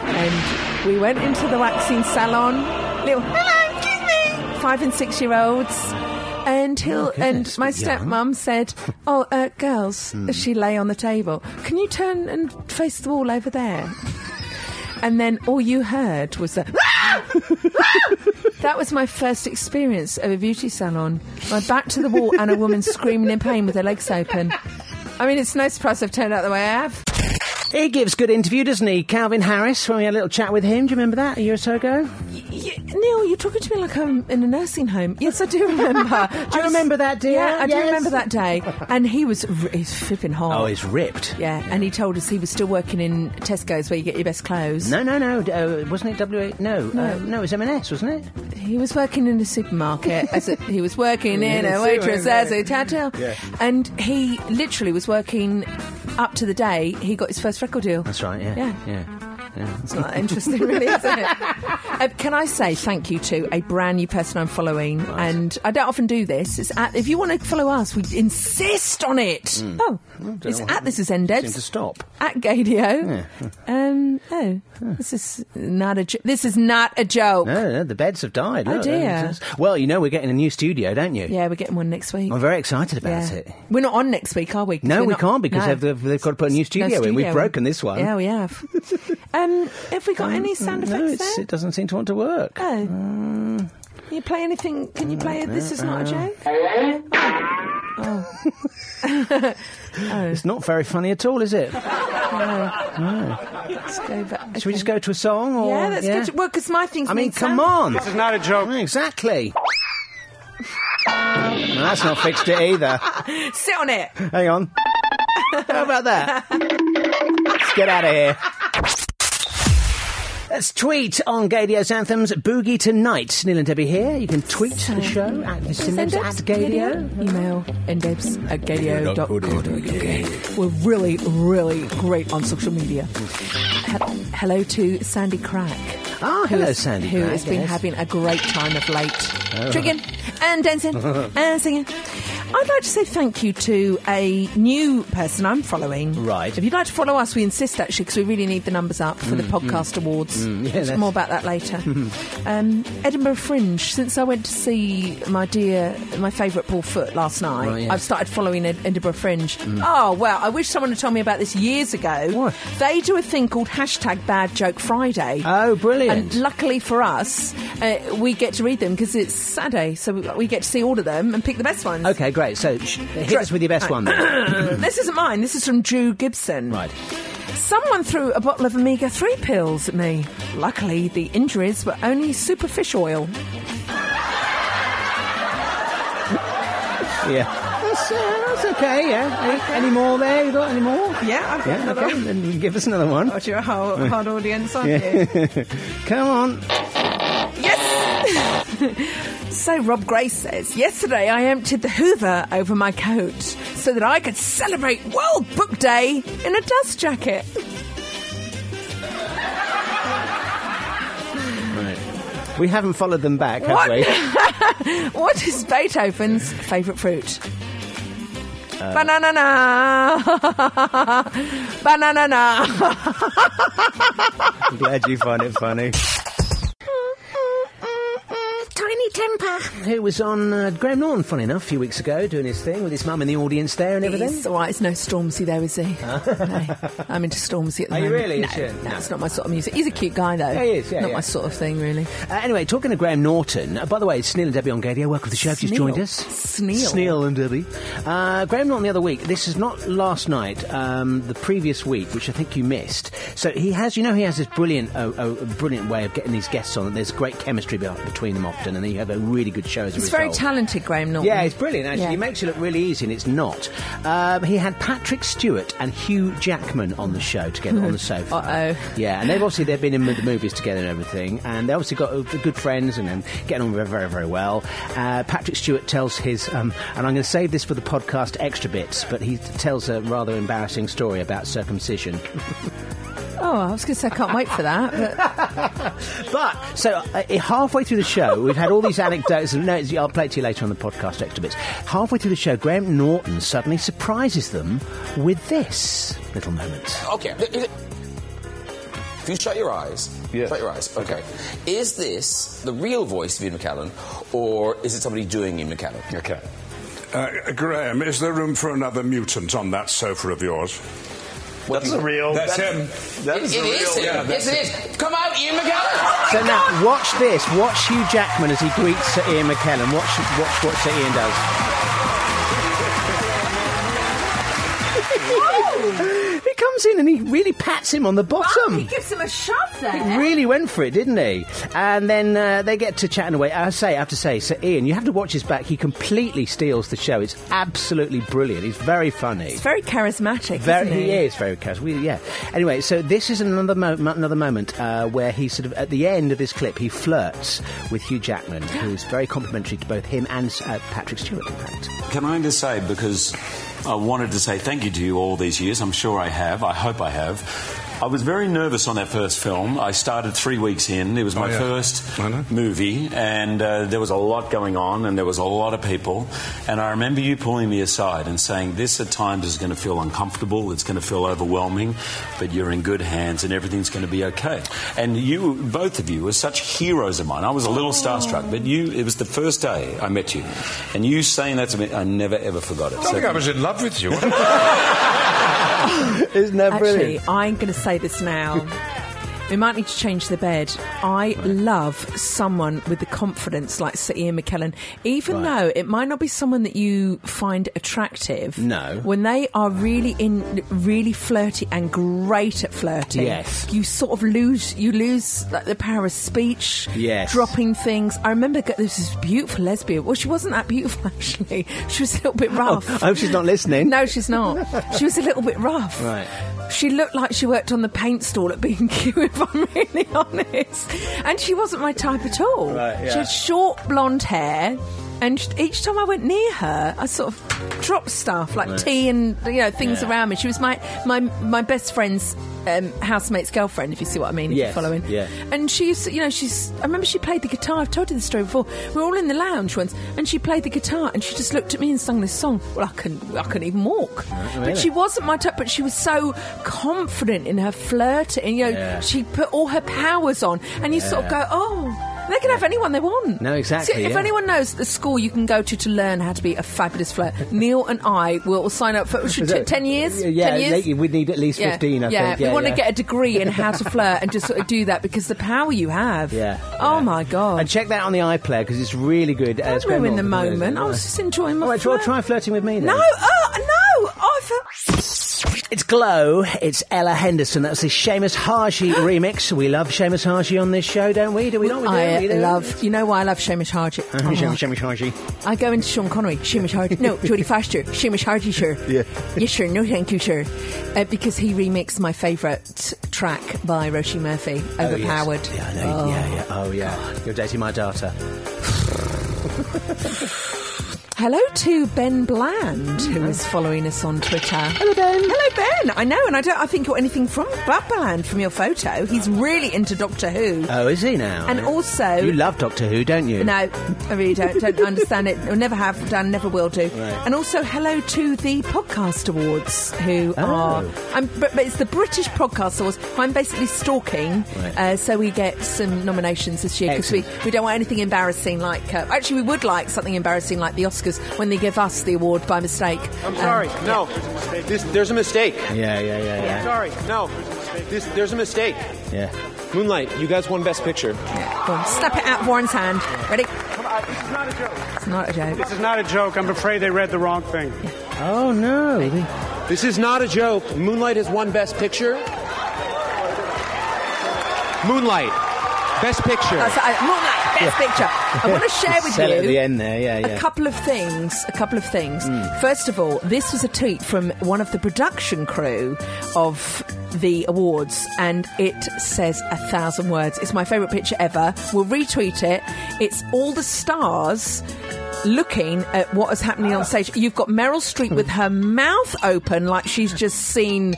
Speaker 3: And we went into the waxing salon. Little hello, excuse me. Five and six year olds. And he'll, and my stepmom said, "Oh, uh, girls," as she lay on the table. Can you turn and face the wall over there? And then all you heard was the. that was my first experience of a beauty salon. My back to the wall and a woman screaming in pain with her legs open. I mean, it's no surprise I've turned out the way I have.
Speaker 4: He gives good interview, doesn't he? Calvin Harris, when we had a little chat with him. Do you remember that a year or so ago?
Speaker 3: Y Neil, you're talking to me like I'm in a nursing home. Yes, I do remember. Do you remember
Speaker 4: that, dear?
Speaker 3: Yeah, I do
Speaker 4: Yes.
Speaker 3: remember that day. And he was r- he's flipping hot.
Speaker 4: Oh, he's ripped.
Speaker 3: yeah, and he told us he was still working in Tesco's where you get your best clothes.
Speaker 4: No, no, no. d- Uh, wasn't it W8? No, no. Uh, no, it was M&S, wasn't it?
Speaker 3: He was working in a supermarket as a, he was working in
Speaker 4: Yeah,
Speaker 3: a waitress as a
Speaker 4: supermarket.
Speaker 3: tattoo,
Speaker 4: Yeah.
Speaker 3: and he literally was working up to the day he got his first record deal.
Speaker 4: That's right. Yeah.
Speaker 3: Yeah.
Speaker 4: Yeah. yeah.
Speaker 3: It's not that interesting, really, is it? Uh, can I say thank you to a brand new person I'm following? And I don't often do this. It's at, if you want to follow us, we insist on it. Oh,
Speaker 4: Hmm. don't
Speaker 3: it's
Speaker 4: know why.
Speaker 3: at this is
Speaker 4: Seem to
Speaker 3: Endebs
Speaker 4: stop.
Speaker 3: at Gadio. Um, oh, this is not a jo- this is not a joke.
Speaker 4: No, no, the beds have died.
Speaker 3: Oh,
Speaker 4: Look,
Speaker 3: dear.
Speaker 4: that's- Well, you know we're getting a new studio, don't you?
Speaker 3: Yeah, we're getting one next week.
Speaker 4: I'm very excited about
Speaker 3: Yeah.
Speaker 4: it.
Speaker 3: We're not on next week, are we? 'Cause
Speaker 4: No,
Speaker 3: we're
Speaker 4: we
Speaker 3: not-
Speaker 4: can't
Speaker 3: no.
Speaker 4: because they've, they've, they've got to put a new studio,
Speaker 3: No
Speaker 4: in. We've
Speaker 3: studio.
Speaker 4: broken this one.
Speaker 3: Yeah, we have. um, have we got any sound
Speaker 4: no,
Speaker 3: effects
Speaker 4: it's-
Speaker 3: there?
Speaker 4: it doesn't seem to want to work. Uh,
Speaker 3: Oh. Can you play anything? Can you play? This is not a
Speaker 4: Uh-uh.
Speaker 3: joke. Oh,
Speaker 4: It's not very funny at all, is it?
Speaker 3: Let's go back.
Speaker 4: Should we just
Speaker 3: okay.
Speaker 4: go to a song? Or,
Speaker 3: Yeah, that's good. Well, because my thing's.
Speaker 4: I mean,
Speaker 3: made
Speaker 4: come
Speaker 3: sound.
Speaker 4: on.
Speaker 5: This is not a joke.
Speaker 4: Exactly. No, that's not fixed it either.
Speaker 3: Sit on it.
Speaker 4: Hang on. How about that? Let's get out of here. Let's tweet on Gadio's anthems Boogie Tonight. Neil and Debbie here. You can tweet the show at the Simmons at
Speaker 3: Endebs,
Speaker 4: Gadio.
Speaker 3: Email endebs at gadio.co.uk. We're really, really great on social media. He- Hello to Sandy Crack.
Speaker 4: Ah, hello, Sandy.
Speaker 3: who
Speaker 4: Bragg,
Speaker 3: has been
Speaker 4: yes.
Speaker 3: having a great time of late.
Speaker 4: Oh.
Speaker 3: Drinking and dancing and singing. I'd like to say thank you to a new person I'm following. Right. If you'd like to follow us, we insist actually because we really need the numbers up for the
Speaker 4: Mm,
Speaker 3: podcast
Speaker 4: mm.
Speaker 3: awards.
Speaker 4: Mm, yeah,
Speaker 3: There's
Speaker 4: that's-
Speaker 3: more about that later. um, Edinburgh Fringe. Since I went to see my dear, my favourite Paul Foot last night,
Speaker 4: Right, yeah.
Speaker 3: I've started following Ed- Edinburgh Fringe.
Speaker 4: Mm.
Speaker 3: Oh well, I wish someone had told me about this years ago. They do a thing called hashtag Bad Joke Friday.
Speaker 4: Oh, brilliant.
Speaker 3: And luckily for us, uh, we get to read them because it's Saturday, so we- we get to see all of them and pick the best ones.
Speaker 4: Okay, great. So sh- hit us with your best one then.
Speaker 3: this isn't mine. This is from Drew Gibson. Right. Someone threw a bottle of omega 3 pills at me. Luckily, the injuries were only superfish oil.
Speaker 4: yeah.
Speaker 3: That's,
Speaker 4: uh, okay, yeah. Any more there? You got any more?
Speaker 3: Yeah, I've got
Speaker 4: Yeah,
Speaker 3: another
Speaker 4: okay.
Speaker 3: one.
Speaker 4: Then give us another one.
Speaker 3: Oh, you're a hard, hard audience, aren't you?
Speaker 4: Yeah. Come on.
Speaker 3: So Rob Grace says, yesterday I emptied the Hoover over my coat so that I could celebrate World Book Day in a dust jacket.
Speaker 4: Right. We haven't followed them back, have
Speaker 3: What?
Speaker 4: we?
Speaker 3: what is Beethoven's favourite fruit?
Speaker 4: Uh,
Speaker 3: Banana, banana.
Speaker 4: I'm glad you find it funny.
Speaker 3: Tiny temper.
Speaker 4: Who was on uh, Graham Norton, funny enough, a few weeks ago, doing his thing with his mum in the audience there and everything?
Speaker 3: He's all right. It's no Stormzy though, is he? no, I'm into Stormzy at the
Speaker 4: Are you
Speaker 3: moment.
Speaker 4: really?
Speaker 3: No,
Speaker 4: Is it?
Speaker 3: no,
Speaker 4: No.
Speaker 3: it's not my sort of music. He's a cute guy though.
Speaker 4: Yeah, he is, yeah,
Speaker 3: not
Speaker 4: yeah.
Speaker 3: my sort of thing, really.
Speaker 4: Uh, anyway, talking to Graham Norton, uh, by the way, it's Sneal and Debbie on Gadio. Welcome to the show. I've just
Speaker 3: Sneal.
Speaker 4: joined us.
Speaker 3: Sneal.
Speaker 4: Sneal and Debbie. Uh, Graham Norton the other week, this is not last night, um, the previous week, which I think you missed. So he has, you know, he has this brilliant uh, uh, brilliant way of getting these guests on. There's great chemistry be- between them often, and then you have a really good show as a
Speaker 3: He's
Speaker 4: result.
Speaker 3: very talented, Graham Norton.
Speaker 4: Yeah, it's brilliant, actually.
Speaker 3: Yeah.
Speaker 4: He makes it look really easy, and it's not. Um, he had Patrick Stewart and Hugh Jackman on the show together on the sofa.
Speaker 3: Uh-oh.
Speaker 4: Yeah, and they've obviously they've been in the movies together and everything, and they obviously got uh, good friends and um, getting on very, very, very well. Uh, Patrick Stewart tells his, um, and I'm going to save this for the podcast extra bits, but he tells a rather embarrassing story about circumcision.
Speaker 3: Oh, I was going to say I can't wait for that. But,
Speaker 4: but So uh, halfway through the show, we've had all these anecdotes. And no, it's- I'll play it to you later on the podcast extra bits. Halfway through the show, Graham Norton suddenly surprises them with this little moment.
Speaker 13: Okay. If you shut your eyes, shut your eyes. Okay. Is this the real voice of Ian McKellen, or is it somebody doing Ian McKellen? Okay.
Speaker 14: Uh, Graham, is there room for another mutant on that sofa of yours?
Speaker 13: That's a real.
Speaker 14: That's, him.
Speaker 13: Oh, That is it, it is him. yes, it is. Come on, Ian McKellen.
Speaker 4: So now, watch this. Watch Hugh Jackman as he greets Sir Ian McKellen. Watch, watch what Sir Ian does. he comes in and he really pats him on the bottom.
Speaker 3: gives him a shove
Speaker 4: He really went for it, didn't he? And then uh, they get to chatting away. I say, I have to say, Sir Ian, you have to watch his back. He completely steals the show. It's absolutely brilliant. He's very funny.
Speaker 3: It's very charismatic.
Speaker 4: Very,
Speaker 3: isn't
Speaker 4: he is very charismatic. We- Yeah. Anyway, so this is another mo- another moment uh, where he sort of at the end of this clip he flirts with Hugh Jackman, who's very complimentary to both him and uh, Patrick Stewart. In fact,
Speaker 15: Can I just say, because I wanted to say thank you to you all these years, I'm sure I have, I hope I have. I was very nervous on that first film. I started three weeks in. It was
Speaker 13: Oh,
Speaker 15: my
Speaker 14: yeah.
Speaker 15: first movie, and uh, there was a lot going on, and there was a lot of people. And I remember you pulling me aside and saying, This at times is going to feel uncomfortable, it's going to feel overwhelming, but you're in good hands, and everything's going to be okay. And you, both of you, were such heroes of mine. I was a little starstruck, but you, it was the first day I met you. And you saying that to me, I never, ever forgot it.
Speaker 14: I think I was in love with you. I
Speaker 4: Isn't that
Speaker 3: Actually,
Speaker 15: brilliant?
Speaker 3: I'm going to say this now. We might need to change the bed. I love someone with the confidence like Sir Ian McKellen, even though it might not be someone that you find attractive.
Speaker 4: No.
Speaker 3: when they are really in, really flirty and great at flirting.
Speaker 4: Yes.
Speaker 3: you sort of lose, you lose like the power of speech.
Speaker 4: Yes.
Speaker 3: dropping things. I remember g- there was this beautiful lesbian. Well, she wasn't that beautiful actually. She was a little
Speaker 4: Oh,
Speaker 3: bit rough.
Speaker 4: I hope she's not listening.
Speaker 3: No, she's not. She was a little bit rough.
Speaker 4: Right.
Speaker 3: She looked like she worked on the paint stall at B&Q, if I'm really honest. And she wasn't my type at all.
Speaker 12: Right, yeah.
Speaker 3: She had short blonde hair. And sh- each time I went near her, I sort of dropped stuff like
Speaker 12: Right.
Speaker 3: tea and you know things
Speaker 12: Yeah.
Speaker 3: around me. She was my my my best friend's um, housemate's girlfriend, if you see what I mean. If
Speaker 12: Yes,
Speaker 3: you're following,
Speaker 12: yeah.
Speaker 3: And she's you know she's I remember she played the guitar. I've told you this story before. We were all in the lounge once, and she played the guitar, and she just looked at me and sung this song. Well, I couldn't I couldn't even walk. But
Speaker 12: really?
Speaker 3: she wasn't my type. But she was so confident in her flirting. and, You know,
Speaker 4: Yeah.
Speaker 3: she put all her powers on, and you sort of
Speaker 4: Yeah.
Speaker 3: go, oh, they can have anyone they want.
Speaker 4: No, exactly,
Speaker 3: See, if
Speaker 4: yeah.
Speaker 3: anyone knows the school you can go to to learn how to be a fabulous flirt, Neil and I will sign up for should
Speaker 4: Is that-
Speaker 3: ten years.
Speaker 4: Yeah,
Speaker 3: 10 years?
Speaker 4: they- we'd need at least 15, I
Speaker 3: yeah,
Speaker 4: think.
Speaker 3: we
Speaker 4: Yeah,
Speaker 3: want
Speaker 4: yeah.
Speaker 3: to get a degree in how to flirt and just sort of do that because the power you have.
Speaker 4: Yeah.
Speaker 3: Oh my god.
Speaker 4: And check that out on the iPlayer because it's really good. Don't
Speaker 3: ruin the moment. I was just enjoying my.
Speaker 4: All right, try, try flirting with me. Then.
Speaker 3: No, oh no, I
Speaker 4: It's Glow. It's Ella Henderson. That's the Seamus Harji remix. We love Seamus Harji on this show, don't we? Do we not? We do,
Speaker 3: I
Speaker 4: we do.
Speaker 3: love. You know why I love Seamus Harji? Oh,
Speaker 4: Uh-huh. Seamus, Seamus Harji.
Speaker 3: I go into Sean Connery, Seamus Hardy. No, Jodie Foster, Seamus Hardy, sure.
Speaker 4: Yeah.
Speaker 3: Yes, sure. No, thank you, sure. Uh, because he remixed my favourite track by Roshi Murphy,
Speaker 4: Oh,
Speaker 3: Overpowered.
Speaker 4: yes. Yeah, I know.
Speaker 3: Oh.
Speaker 4: Yeah, yeah. Oh, yeah. You're dating my daughter.
Speaker 3: Hello to Ben Bland, who is following us on Twitter. Hello, Ben. Hello, Ben. I know, and I don't. I think you're anything from Bland from your photo. He's really into Doctor Who.
Speaker 4: Oh, is he now?
Speaker 3: And also-
Speaker 4: you love Doctor Who, don't you?
Speaker 3: No, I really don't. Don't understand it. Never have done. Never will do.
Speaker 4: Right.
Speaker 3: And also, hello to the Podcast Awards, who
Speaker 4: Oh.
Speaker 3: are. I'm, but but it's the British Podcast Awards. I'm basically stalking,
Speaker 12: Right.
Speaker 3: uh, so we get some nominations this year because we, we don't want anything embarrassing. Like, uh, actually, we would like something embarrassing like the Oscars when they give us the award by mistake.
Speaker 8: I'm
Speaker 3: Um,
Speaker 8: sorry. no. This, there's a mistake.
Speaker 4: Yeah, yeah, yeah, yeah.
Speaker 8: I'm sorry. No. This, there's a mistake.
Speaker 4: Yeah.
Speaker 8: Moonlight, you guys won Best Picture.
Speaker 3: Go on, snap it out of Warren's hand. Ready?
Speaker 5: This is not a joke.
Speaker 3: It's not a joke.
Speaker 5: This is not a joke. I'm afraid they read the wrong thing.
Speaker 4: Oh, no.
Speaker 8: This is not a joke. Moonlight has won Best Picture. Moonlight, Best Picture.
Speaker 3: That's, uh, Moonlight, best picture. I want to share with
Speaker 4: Sell
Speaker 3: you
Speaker 4: it at the end there, yeah, yeah.
Speaker 3: a couple of things. A couple of things. First of all, this was a tweet from one of the production crew of the awards, and it says a thousand words. It's my favourite picture ever. We'll retweet it. It's all the stars. Looking at what is happening on stage, you've got Meryl Streep with her mouth open like she's just seen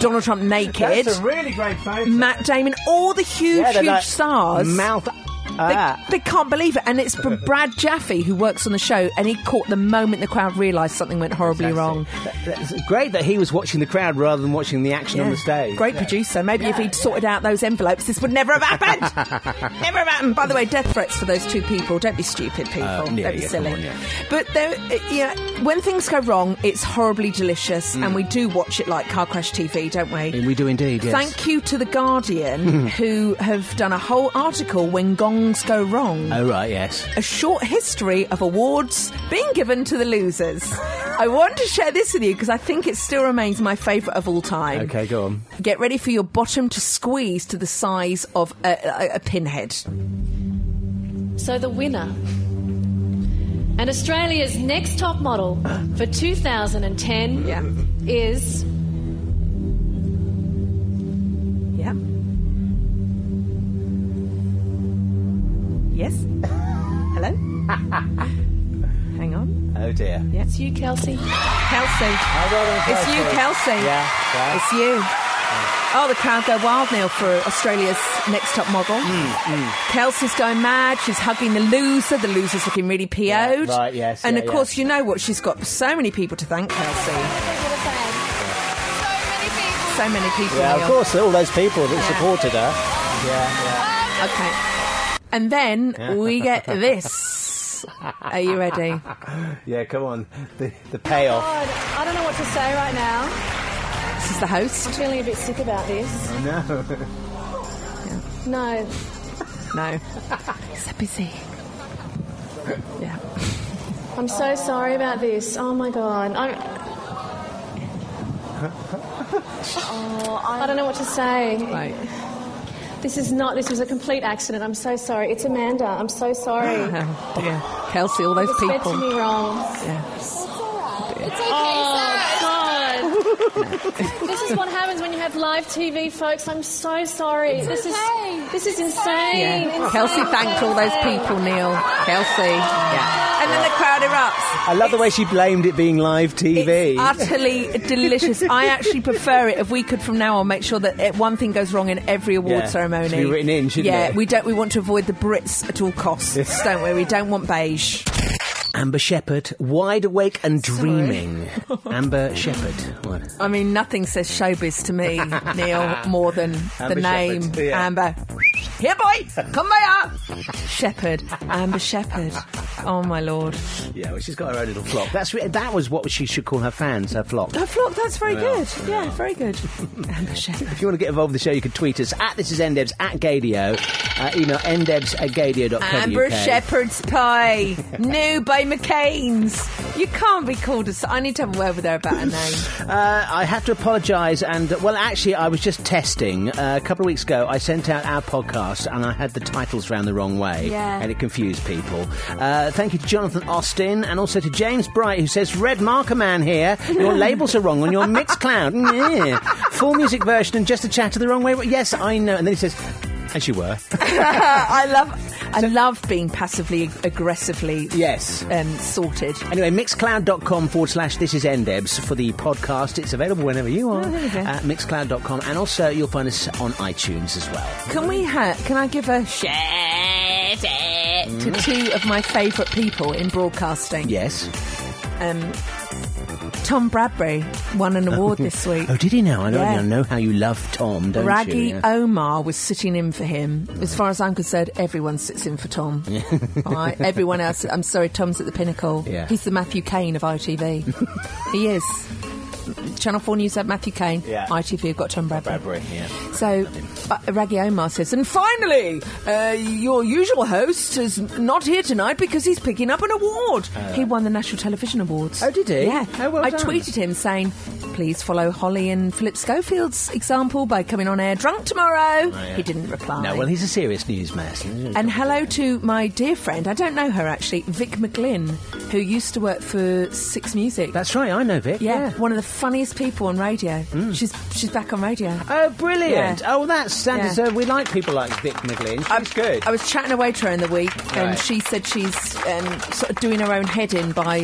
Speaker 3: Donald Trump naked.
Speaker 12: That's a
Speaker 4: really great photo.
Speaker 3: Matt Damon, all the huge,
Speaker 12: Yeah, they're
Speaker 3: huge
Speaker 12: like
Speaker 3: stars.
Speaker 12: mouth- ah.
Speaker 3: They, they can't believe it. And it's from Brad Jaffe, who works on the show, and he caught the moment the crowd realised something went horribly wrong.
Speaker 4: It's great that he was watching the crowd rather than watching the action on
Speaker 3: Yeah.
Speaker 4: the stage.
Speaker 3: Great producer. Maybe if he'd sorted out those envelopes, this would never have happened. never have happened. By the way, death threats for those two people. Don't be stupid, people.
Speaker 4: Uh,
Speaker 3: Don't
Speaker 4: yeah,
Speaker 3: be
Speaker 4: yeah, come
Speaker 3: silly.
Speaker 4: on, yeah.
Speaker 3: But there, uh, yeah, when things go wrong, it's horribly delicious, and we do watch it like car crash TV, don't we?
Speaker 4: Mm. We do indeed, yes.
Speaker 3: Thank you to The Guardian, who have done a whole article when gongs go wrong.
Speaker 4: Oh, right, yes.
Speaker 3: A short history of awards being given to the losers. I want to share this with you because I think it still remains my favourite of all time.
Speaker 4: Okay, go on.
Speaker 3: Get ready for your bottom to squeeze to the size of a, a, a pinhead.
Speaker 16: So the winner and Australia's next top model for 2010 is
Speaker 3: Yeah. Yes. Hello. Hang on.
Speaker 4: Oh, dear.
Speaker 3: Yeah. It's you, Kelsey. Kelsey. it's you, Kelsey.
Speaker 4: Yeah, yeah.
Speaker 3: It's you. Oh, the crowd go wild now for Australia's next top model.
Speaker 4: Hmm,
Speaker 3: Kelsey's going mad. She's hugging the loser. The loser's looking really PO'd.
Speaker 4: right, yes,
Speaker 3: And
Speaker 4: yeah,
Speaker 3: of
Speaker 4: yeah.
Speaker 3: course, you know what? She's got so many people to thank, Kelsey. So many people.
Speaker 4: Yeah, of
Speaker 3: Neil.
Speaker 4: course, all those people that supported her. Yeah, yeah.
Speaker 3: Okay. And then we get this. Are you ready?
Speaker 4: Yeah, come on. The, the payoff.
Speaker 16: God, I don't know what to say right now.
Speaker 3: This is the host.
Speaker 16: I'm feeling a bit sick about this.
Speaker 4: No.
Speaker 16: No.
Speaker 3: No. So busy. Yeah.
Speaker 16: I'm so sorry about this. Oh my god. I'm... Oh, I... I don't know what to say.
Speaker 3: Right.
Speaker 16: This is not. This was a complete accident. I'm so sorry. It's Amanda. I'm so sorry.
Speaker 3: Oh, dear. Kelsey, all those
Speaker 16: You said to
Speaker 3: people.
Speaker 16: me wrong.
Speaker 3: Yeah.
Speaker 16: Oh, God. this is what happens when you have live TV, folks. I'm so sorry.
Speaker 12: It's
Speaker 16: this
Speaker 12: insane.
Speaker 16: is this is insane.
Speaker 7: Yeah. Kelsey thanked all those people, Neil. Kelsey. Yeah. And then the crowd erupts.
Speaker 4: I love the way she blamed it being live TV.
Speaker 3: Utterly delicious. I actually prefer it. If we could from now on make sure that eh, one thing goes wrong in every award
Speaker 4: Yeah.
Speaker 3: ceremony,
Speaker 4: Should be written in, shouldn't
Speaker 3: yeah,
Speaker 4: it?
Speaker 3: we don't. We want to avoid the Brits at all costs, don't we? We don't want beige.
Speaker 4: Amber Shepherd, wide awake and dreaming. Amber Shepherd. What?
Speaker 3: I mean, nothing says showbiz to me, Neil, more than
Speaker 4: Amber
Speaker 3: the name
Speaker 4: Shepherd, yeah.
Speaker 3: Amber. Here, boy, come here. Shepherd, Amber Shepherd. Oh my lord,
Speaker 4: Yeah, well, she's got her own little flock. That's re- that was what she should call her fans, her flock.
Speaker 3: her flock. That's very
Speaker 4: Yeah.
Speaker 3: good. Yeah, very good. Amber Shepherd.
Speaker 4: If you want to get involved with the show, you can tweet us at this is ndebs at gadio. Uh, email ndebs at gadio.co.uk.
Speaker 3: Amber Shepherd's pie, new by McCain's. You can't be called a. s- I need to have a word with her about her name.
Speaker 4: Uh, I have to apologise, and well, actually, I was just testing. Uh, a couple of weeks ago, I sent out our podcast, and I had the titles round the wrong way,
Speaker 12: Yeah.
Speaker 4: and it confused people. Uh, thank you to Jonathan Austin, and also to James Bright, who says, "Red Marker Man here. Your labels are wrong on your Mixcloud. Mm, yeah. Full music version and just a chatter the wrong way. Yes, I know." And then he says, "As you were."
Speaker 3: I love. I love being passively aggressively
Speaker 4: yes
Speaker 3: um, sorted.
Speaker 4: Anyway, mixcloud.com forward slash this is NDebs for the podcast. It's available whenever you are
Speaker 3: Oh, there you go.
Speaker 4: at mixcloud.com. And also, you'll find us on iTunes as well.
Speaker 3: Can we? Ha- can I give a shout out to two of my favourite people in broadcasting?
Speaker 4: Yes.
Speaker 3: Um, Tom Bradbury won an award this week.
Speaker 4: Oh, did he now? I know,
Speaker 3: Yeah.
Speaker 4: I know how you love Tom, don't
Speaker 3: Raggy uh,
Speaker 4: you? Yeah.
Speaker 3: Omar was sitting in for him. As far as I'm concerned, everyone sits in for Tom. All right, everyone else. I'm sorry, Tom's at the pinnacle.
Speaker 4: Yeah.
Speaker 3: He's the Matthew Kane of ITV. he is. Channel 4 News had Matthew Kane.
Speaker 4: Yeah.
Speaker 3: ITV have got Tom Bradbury.
Speaker 4: Bradbury, yeah.
Speaker 3: So, uh, Raggy Omar says, and finally, uh, your usual host is not here tonight because he's picking up an award.
Speaker 4: Oh.
Speaker 3: he won the National Television Awards.
Speaker 4: Oh, did he?
Speaker 3: Yeah.
Speaker 4: Oh, well
Speaker 3: I
Speaker 4: done.
Speaker 3: tweeted him saying, please follow Holly and Philip Schofield's example by coming on air drunk tomorrow.
Speaker 4: Oh, yeah.
Speaker 3: He didn't reply.
Speaker 4: No, well, he's a serious newsman.
Speaker 3: and hello to my dear friend, I don't know her actually, Vic McGlynn, who used to work for Six Music.
Speaker 4: That's right, I know Vic.
Speaker 3: Yeah, one of the funniest people on radio.
Speaker 4: Mm.
Speaker 3: She's she's back on radio.
Speaker 4: Oh, brilliant.
Speaker 3: Yeah.
Speaker 4: Oh, that's that
Speaker 3: Yeah. Um,
Speaker 4: is, uh, we like people like Vic McGlynn. She's good.
Speaker 3: I was chatting away to her in the week, and
Speaker 4: Right.
Speaker 3: she said she's um, sort of doing her own head in by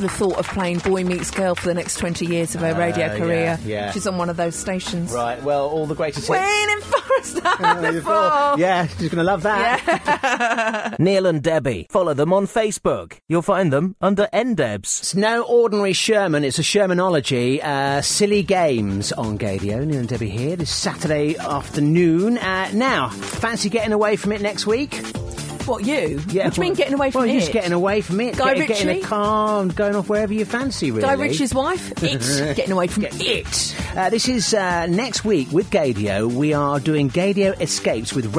Speaker 3: the thought of playing boy meets girl for the next twenty years of her
Speaker 4: Oh,
Speaker 3: radio
Speaker 4: yeah,
Speaker 3: career.
Speaker 4: yeah.
Speaker 3: She's on one of those stations.
Speaker 4: Right, well, all the greatest hits.
Speaker 3: Waiting for us
Speaker 4: Oh, you thought- Yeah, she's going to love that.
Speaker 11: Neil and Debbie. Follow them on Facebook. You'll find them under NDebs.
Speaker 4: It's no ordinary Sherman, it's a Shermanology. Uh, silly games on Gadio. Neil and Debbie here this Saturday afternoon. Uh, now, fancy getting away from it next week?
Speaker 3: What you? what do you mean
Speaker 4: well-
Speaker 3: getting away from
Speaker 4: well,
Speaker 3: it?
Speaker 4: just getting away from it.
Speaker 3: Guy
Speaker 4: get, Get in
Speaker 3: Ritchie?
Speaker 4: a car and going off wherever you fancy, really.
Speaker 3: Guy Ritchie's wife. It. getting away from it.
Speaker 4: Uh, this is uh, next week with Gadio. We are doing Gadio Escapes with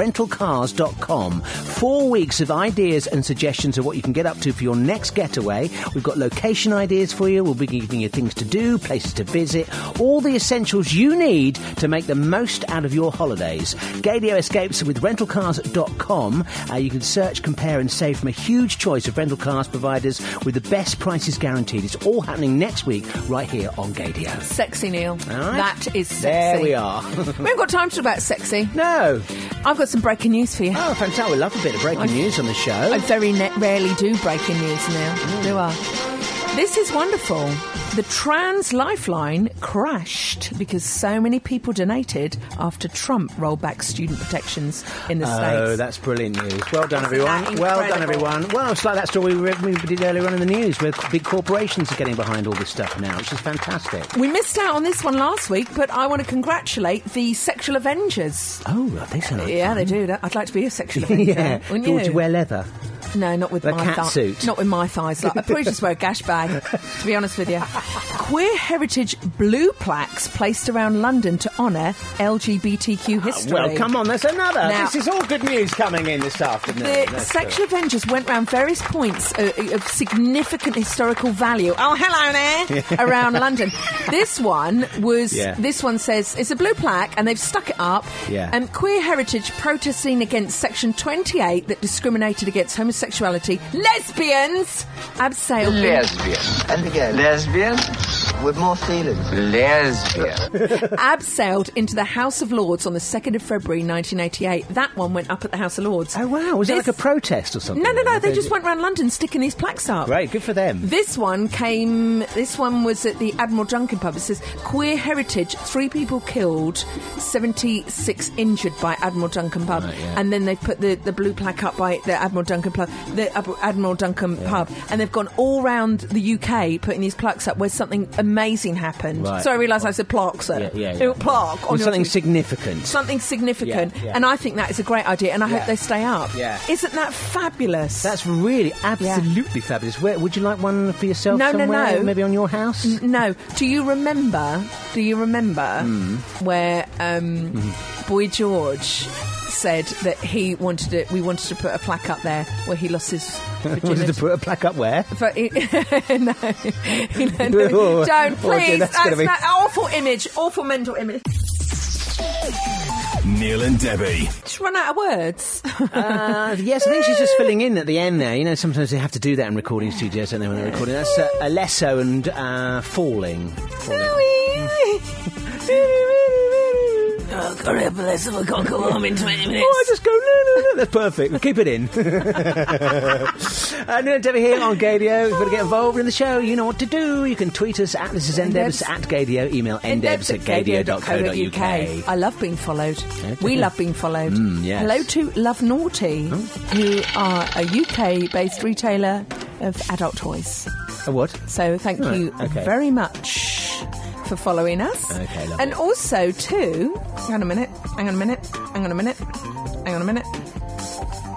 Speaker 4: rentalcars.com. Four weeks of ideas and suggestions of what you can get up to for your next getaway. We've got location ideas for you. We'll be giving you things to do, places to visit, all the essentials you need to make the most out of your holidays. Gadio Escapes with rentalcars.com. Uh, you can search, compare, and save from a huge choice of rental cars providers with the best prices guaranteed. It's all happening next week right here on Gadio.
Speaker 3: Sexy Neil.
Speaker 4: right.
Speaker 3: That is sexy.
Speaker 4: There we are.
Speaker 3: we haven't got time to talk about sexy.
Speaker 4: No.
Speaker 3: I've got some breaking news for you.
Speaker 4: Oh, fantastic. We love a bit of breaking
Speaker 3: I-
Speaker 4: news on the show.
Speaker 3: I very ne- rarely do breaking news now, do I? This is wonderful. The trans lifeline crashed because so many people donated after Trump rolled back student protections in the
Speaker 4: Oh,
Speaker 3: States.
Speaker 4: that's brilliant news. Well
Speaker 3: Isn't
Speaker 4: done, everyone.
Speaker 3: that
Speaker 4: Well done,
Speaker 3: incredible?
Speaker 4: everyone. Well, it's like that story we, read, we did earlier on in the news where big corporations are getting behind all this stuff now, which is fantastic.
Speaker 3: We missed out on this one last week, but I want to congratulate the Sexual Avengers.
Speaker 4: Oh, well, they sound like
Speaker 3: Yeah,
Speaker 4: fun.
Speaker 3: they do. That- I'd like to be a sexual avenger.
Speaker 4: yeah.
Speaker 3: wouldn't
Speaker 4: Do you want to
Speaker 3: you?
Speaker 4: wear leather?
Speaker 3: No, not with
Speaker 4: The
Speaker 3: my
Speaker 4: cat
Speaker 3: thigh-
Speaker 4: suit.
Speaker 3: Not with my thighs. Like, I probably just wear a gash bag, to be honest with you. Queer heritage blue plaques placed around London to honour LGBTQ history.
Speaker 4: Ah, Well, come on, there's another.
Speaker 3: Now-
Speaker 4: this is all good news coming in this afternoon.
Speaker 3: The
Speaker 4: That's
Speaker 3: Sexual Avengers went round various points uh, of significant historical value. Oh, hello there! around London. This one was.
Speaker 12: Yeah.
Speaker 3: This one says it's a blue plaque, and they've stuck it up.
Speaker 12: Yeah.
Speaker 3: Um, queer heritage protesting against Section 28 that discriminated against homosexuality, lesbians, abseil,
Speaker 9: Lesbian. And again, lesbian. with more feelings. Lesbian.
Speaker 3: abseiled into the House of Lords on the 2nd of February 1988. That one went up at the House of Lords. Oh,
Speaker 4: wow. Was it like a protest or something?
Speaker 3: No, no, no. They
Speaker 4: They-
Speaker 3: just went round London sticking these plaques up.
Speaker 4: Great, good for them.
Speaker 3: This one came. This one was at the Admiral Duncan pub. It says queer heritage: three people killed, seventy-six injured by Admiral Duncan pub. And then they've put the, the blue plaque up by the Admiral Duncan pub, the Ab- Admiral Duncan pub, and they've gone all round the UK putting these plaques up where something amazing happened.
Speaker 4: Right.
Speaker 3: So I realised I said plaques.
Speaker 4: Yeah,
Speaker 3: There.
Speaker 4: yeah,
Speaker 3: It was
Speaker 4: yeah.
Speaker 3: plaque on
Speaker 4: With
Speaker 3: your
Speaker 4: something
Speaker 3: TV.
Speaker 4: significant.
Speaker 3: Something significant,
Speaker 4: Yeah, yeah.
Speaker 3: and I think that is a great idea, and I
Speaker 4: Yeah.
Speaker 3: hope they stay up.
Speaker 4: Yeah.
Speaker 3: Isn't that fabulous?
Speaker 4: That's really absolutely fabulous. Where would you like one for yourself?
Speaker 3: No, no,
Speaker 4: somewhere?
Speaker 3: no.
Speaker 4: Maybe on your house.
Speaker 3: N- no. Do you remember? Do you remember
Speaker 4: Hmm.
Speaker 3: where um,
Speaker 4: Mm-hmm.
Speaker 3: Boy George said that he wanted it? We wanted to put a plaque up there where he lost his.
Speaker 4: Wanted to put a plaque up where?
Speaker 3: But he, no, He- no, don't
Speaker 4: Oh, oh, dear,
Speaker 3: please.
Speaker 4: that's
Speaker 3: that's
Speaker 4: gonna be-
Speaker 3: that awful image, awful mental image.
Speaker 17: Neil and Debbie.
Speaker 3: Just run out of words.
Speaker 4: Uh, yes, I think she's just filling in at the end there. You know, sometimes they have to do that in recording studios, don't they, when they're recording? That's uh, Alesso and uh, Falling.
Speaker 12: Oh, God, I bless them. I can't come home in 20 minutes.
Speaker 4: Oh, I just go, no, no, no, that's perfect. Keep it in. uh, Neil and Debbie here on Gadio. If you want to get involved in the show, you know what to do. You can tweet us at this is ndebs at gadio, email ndebs at gadio.co.uk.
Speaker 3: I love being followed. We love being followed.
Speaker 4: Mm, yes. Oh.
Speaker 3: Hello to Love Naughty, who are a UK based retailer of adult toys.
Speaker 4: A what?
Speaker 3: So thank
Speaker 4: Right,
Speaker 3: you
Speaker 4: okay.
Speaker 3: very much for following us.
Speaker 4: Okay, lovely.
Speaker 3: and also too, hang on a minute, hang on a minute, hang on a minute, hang on a minute,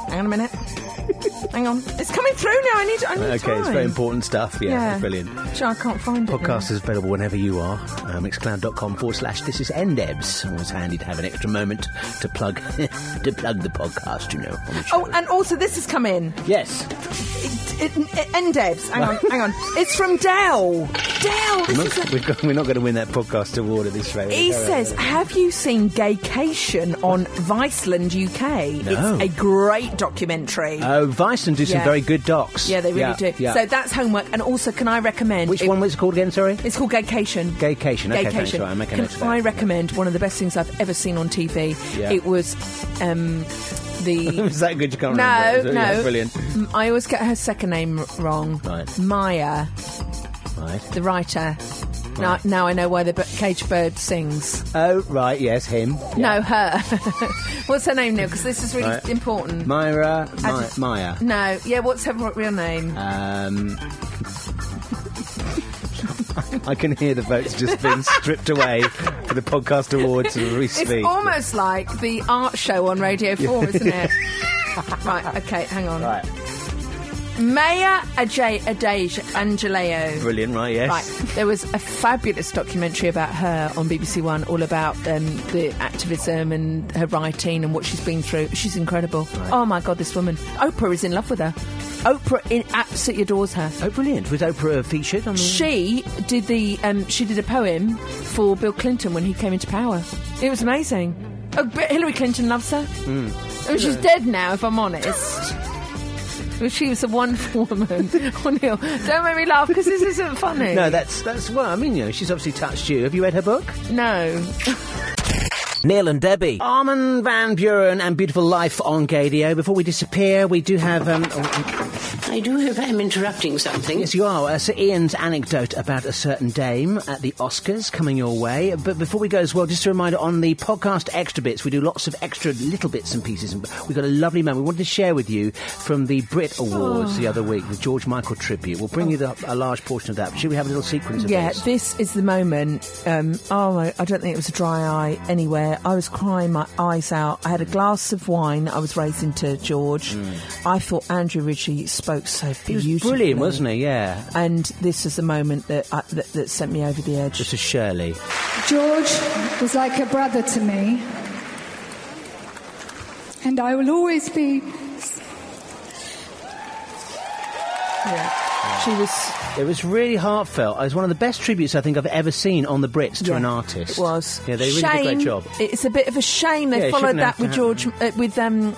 Speaker 3: hang on a minute. hang on. It's coming through now. I need I need
Speaker 4: Okay,
Speaker 3: time.
Speaker 4: it's very important stuff. Yeah,
Speaker 3: Yeah.
Speaker 4: brilliant.
Speaker 3: Sure, I can't find it. now.
Speaker 4: Podcast is available whenever you are. Uh, Mixcloud.com forward slash this is NDebs. Always handy to have an extra moment to plug to plug the podcast, you know. on the show.
Speaker 3: Oh, and also this has come in.
Speaker 4: Yes.
Speaker 3: It, it, Endebs. Hang on, hang on. It's from Dell. Dell.
Speaker 4: We're
Speaker 3: This is a,
Speaker 4: not, we've got, we're not going to win that podcast award at this rate.
Speaker 3: He
Speaker 4: Go ahead.
Speaker 3: says, "Have you seen Gaycation on Viceland UK?
Speaker 4: No.
Speaker 3: It's a great documentary.
Speaker 4: Oh, Viceland do some
Speaker 3: Yeah.
Speaker 4: very good docs.
Speaker 3: yeah, they really do.
Speaker 4: yeah.
Speaker 3: So that's homework. And also, can I recommend
Speaker 4: Which one was it called again, sorry?
Speaker 3: It's called Gaycation.
Speaker 4: Gaycation. Okay, thanks.
Speaker 3: Gaycation.
Speaker 4: Right, I'm making
Speaker 3: Can
Speaker 4: note of that.
Speaker 3: I recommend one of the best things I've ever seen on TV?
Speaker 4: Yeah.
Speaker 3: It was um, the.
Speaker 4: Was that good? You can't
Speaker 3: no,
Speaker 4: remember. It was-
Speaker 3: no.
Speaker 4: yeah, brilliant.
Speaker 3: M- I always get her second name r- wrong.
Speaker 4: Right.
Speaker 3: Maya,
Speaker 4: Right.
Speaker 3: the writer. Now,
Speaker 4: Right.
Speaker 3: now I know why the b- cage bird sings.
Speaker 4: Oh, right. Yes, him.
Speaker 3: No, her. what's her name now? Because this is really
Speaker 4: Right.
Speaker 3: important.
Speaker 4: Myra.
Speaker 3: I
Speaker 4: My,
Speaker 3: just-
Speaker 4: Maya.
Speaker 3: No, yeah, what's her r- real name?
Speaker 4: Um, I can hear the votes just being stripped away for the podcast awards as we
Speaker 3: It's
Speaker 4: speak.
Speaker 3: almost like the art show on Radio 4,
Speaker 4: Yeah.
Speaker 3: isn't it? right, okay, hang on.
Speaker 4: Right.
Speaker 3: Maya Ajay Adej Angeleo.
Speaker 4: Brilliant, right? Yes.
Speaker 3: Right. There was a fabulous documentary about her on BBC One, all about um, the activism and her writing and what she's been through. She's incredible. Oh my God, this woman. Oprah is in love with her. Oprah in, absolutely adores her.
Speaker 4: Oh, brilliant! Was Oprah featured on the?
Speaker 3: She did the um, she did a poem for Bill Clinton when he came into power. It was amazing. Oh, but Hillary Clinton loves her.
Speaker 4: Mm.
Speaker 3: I mean, she's dead now, if I'm honest. Well, she was a wonderful woman. oh, Neil, don't make me laugh because this isn't funny.
Speaker 4: No, that's that's well. I mean, you know, she's obviously touched you. Have you read her book?
Speaker 3: No.
Speaker 11: Neil and Debbie.
Speaker 4: Armin van Buren and Beautiful Life on Gadio. Before we disappear, we do have. Um,
Speaker 18: I do hope I'm interrupting something.
Speaker 4: Yes, you are. Uh, Sir Ian's anecdote about a certain dame at the Oscars coming your way. But before we go as well, just a reminder on the podcast extra bits, we do lots of extra little bits and pieces. And We've got a lovely man we wanted to share with you from the Brit Awards
Speaker 3: Oh.
Speaker 4: the other week, the George Michael tribute. We'll bring you the, a large portion of that. But should we have a little sequence of
Speaker 3: Yeah,
Speaker 4: this?
Speaker 3: this is the moment. Um, oh, I, I don't think it was a dry eye anywhere. I was crying my eyes out. I had a glass of wine I was raising to George. I thought Andrew Ritchie spoke so
Speaker 4: Hmm. He was
Speaker 3: beautifully.
Speaker 4: brilliant, wasn't he? Yeah.
Speaker 3: And this is the moment that, I, that that sent me over the edge.
Speaker 4: This is Shirley.
Speaker 19: George was like a brother to me. And I will always be.
Speaker 3: She was.
Speaker 4: It was really heartfelt. It was one of the best tributes I think I've ever seen on the Brits to
Speaker 3: Yeah,
Speaker 4: an artist.
Speaker 3: It was.
Speaker 4: Yeah, they really
Speaker 3: shame,
Speaker 4: did a great job.
Speaker 3: It's a bit of a shame
Speaker 4: Yeah,
Speaker 3: they
Speaker 4: it
Speaker 3: followed
Speaker 4: shouldn't
Speaker 3: that
Speaker 4: have
Speaker 3: with
Speaker 4: happened.
Speaker 3: George, uh, with um,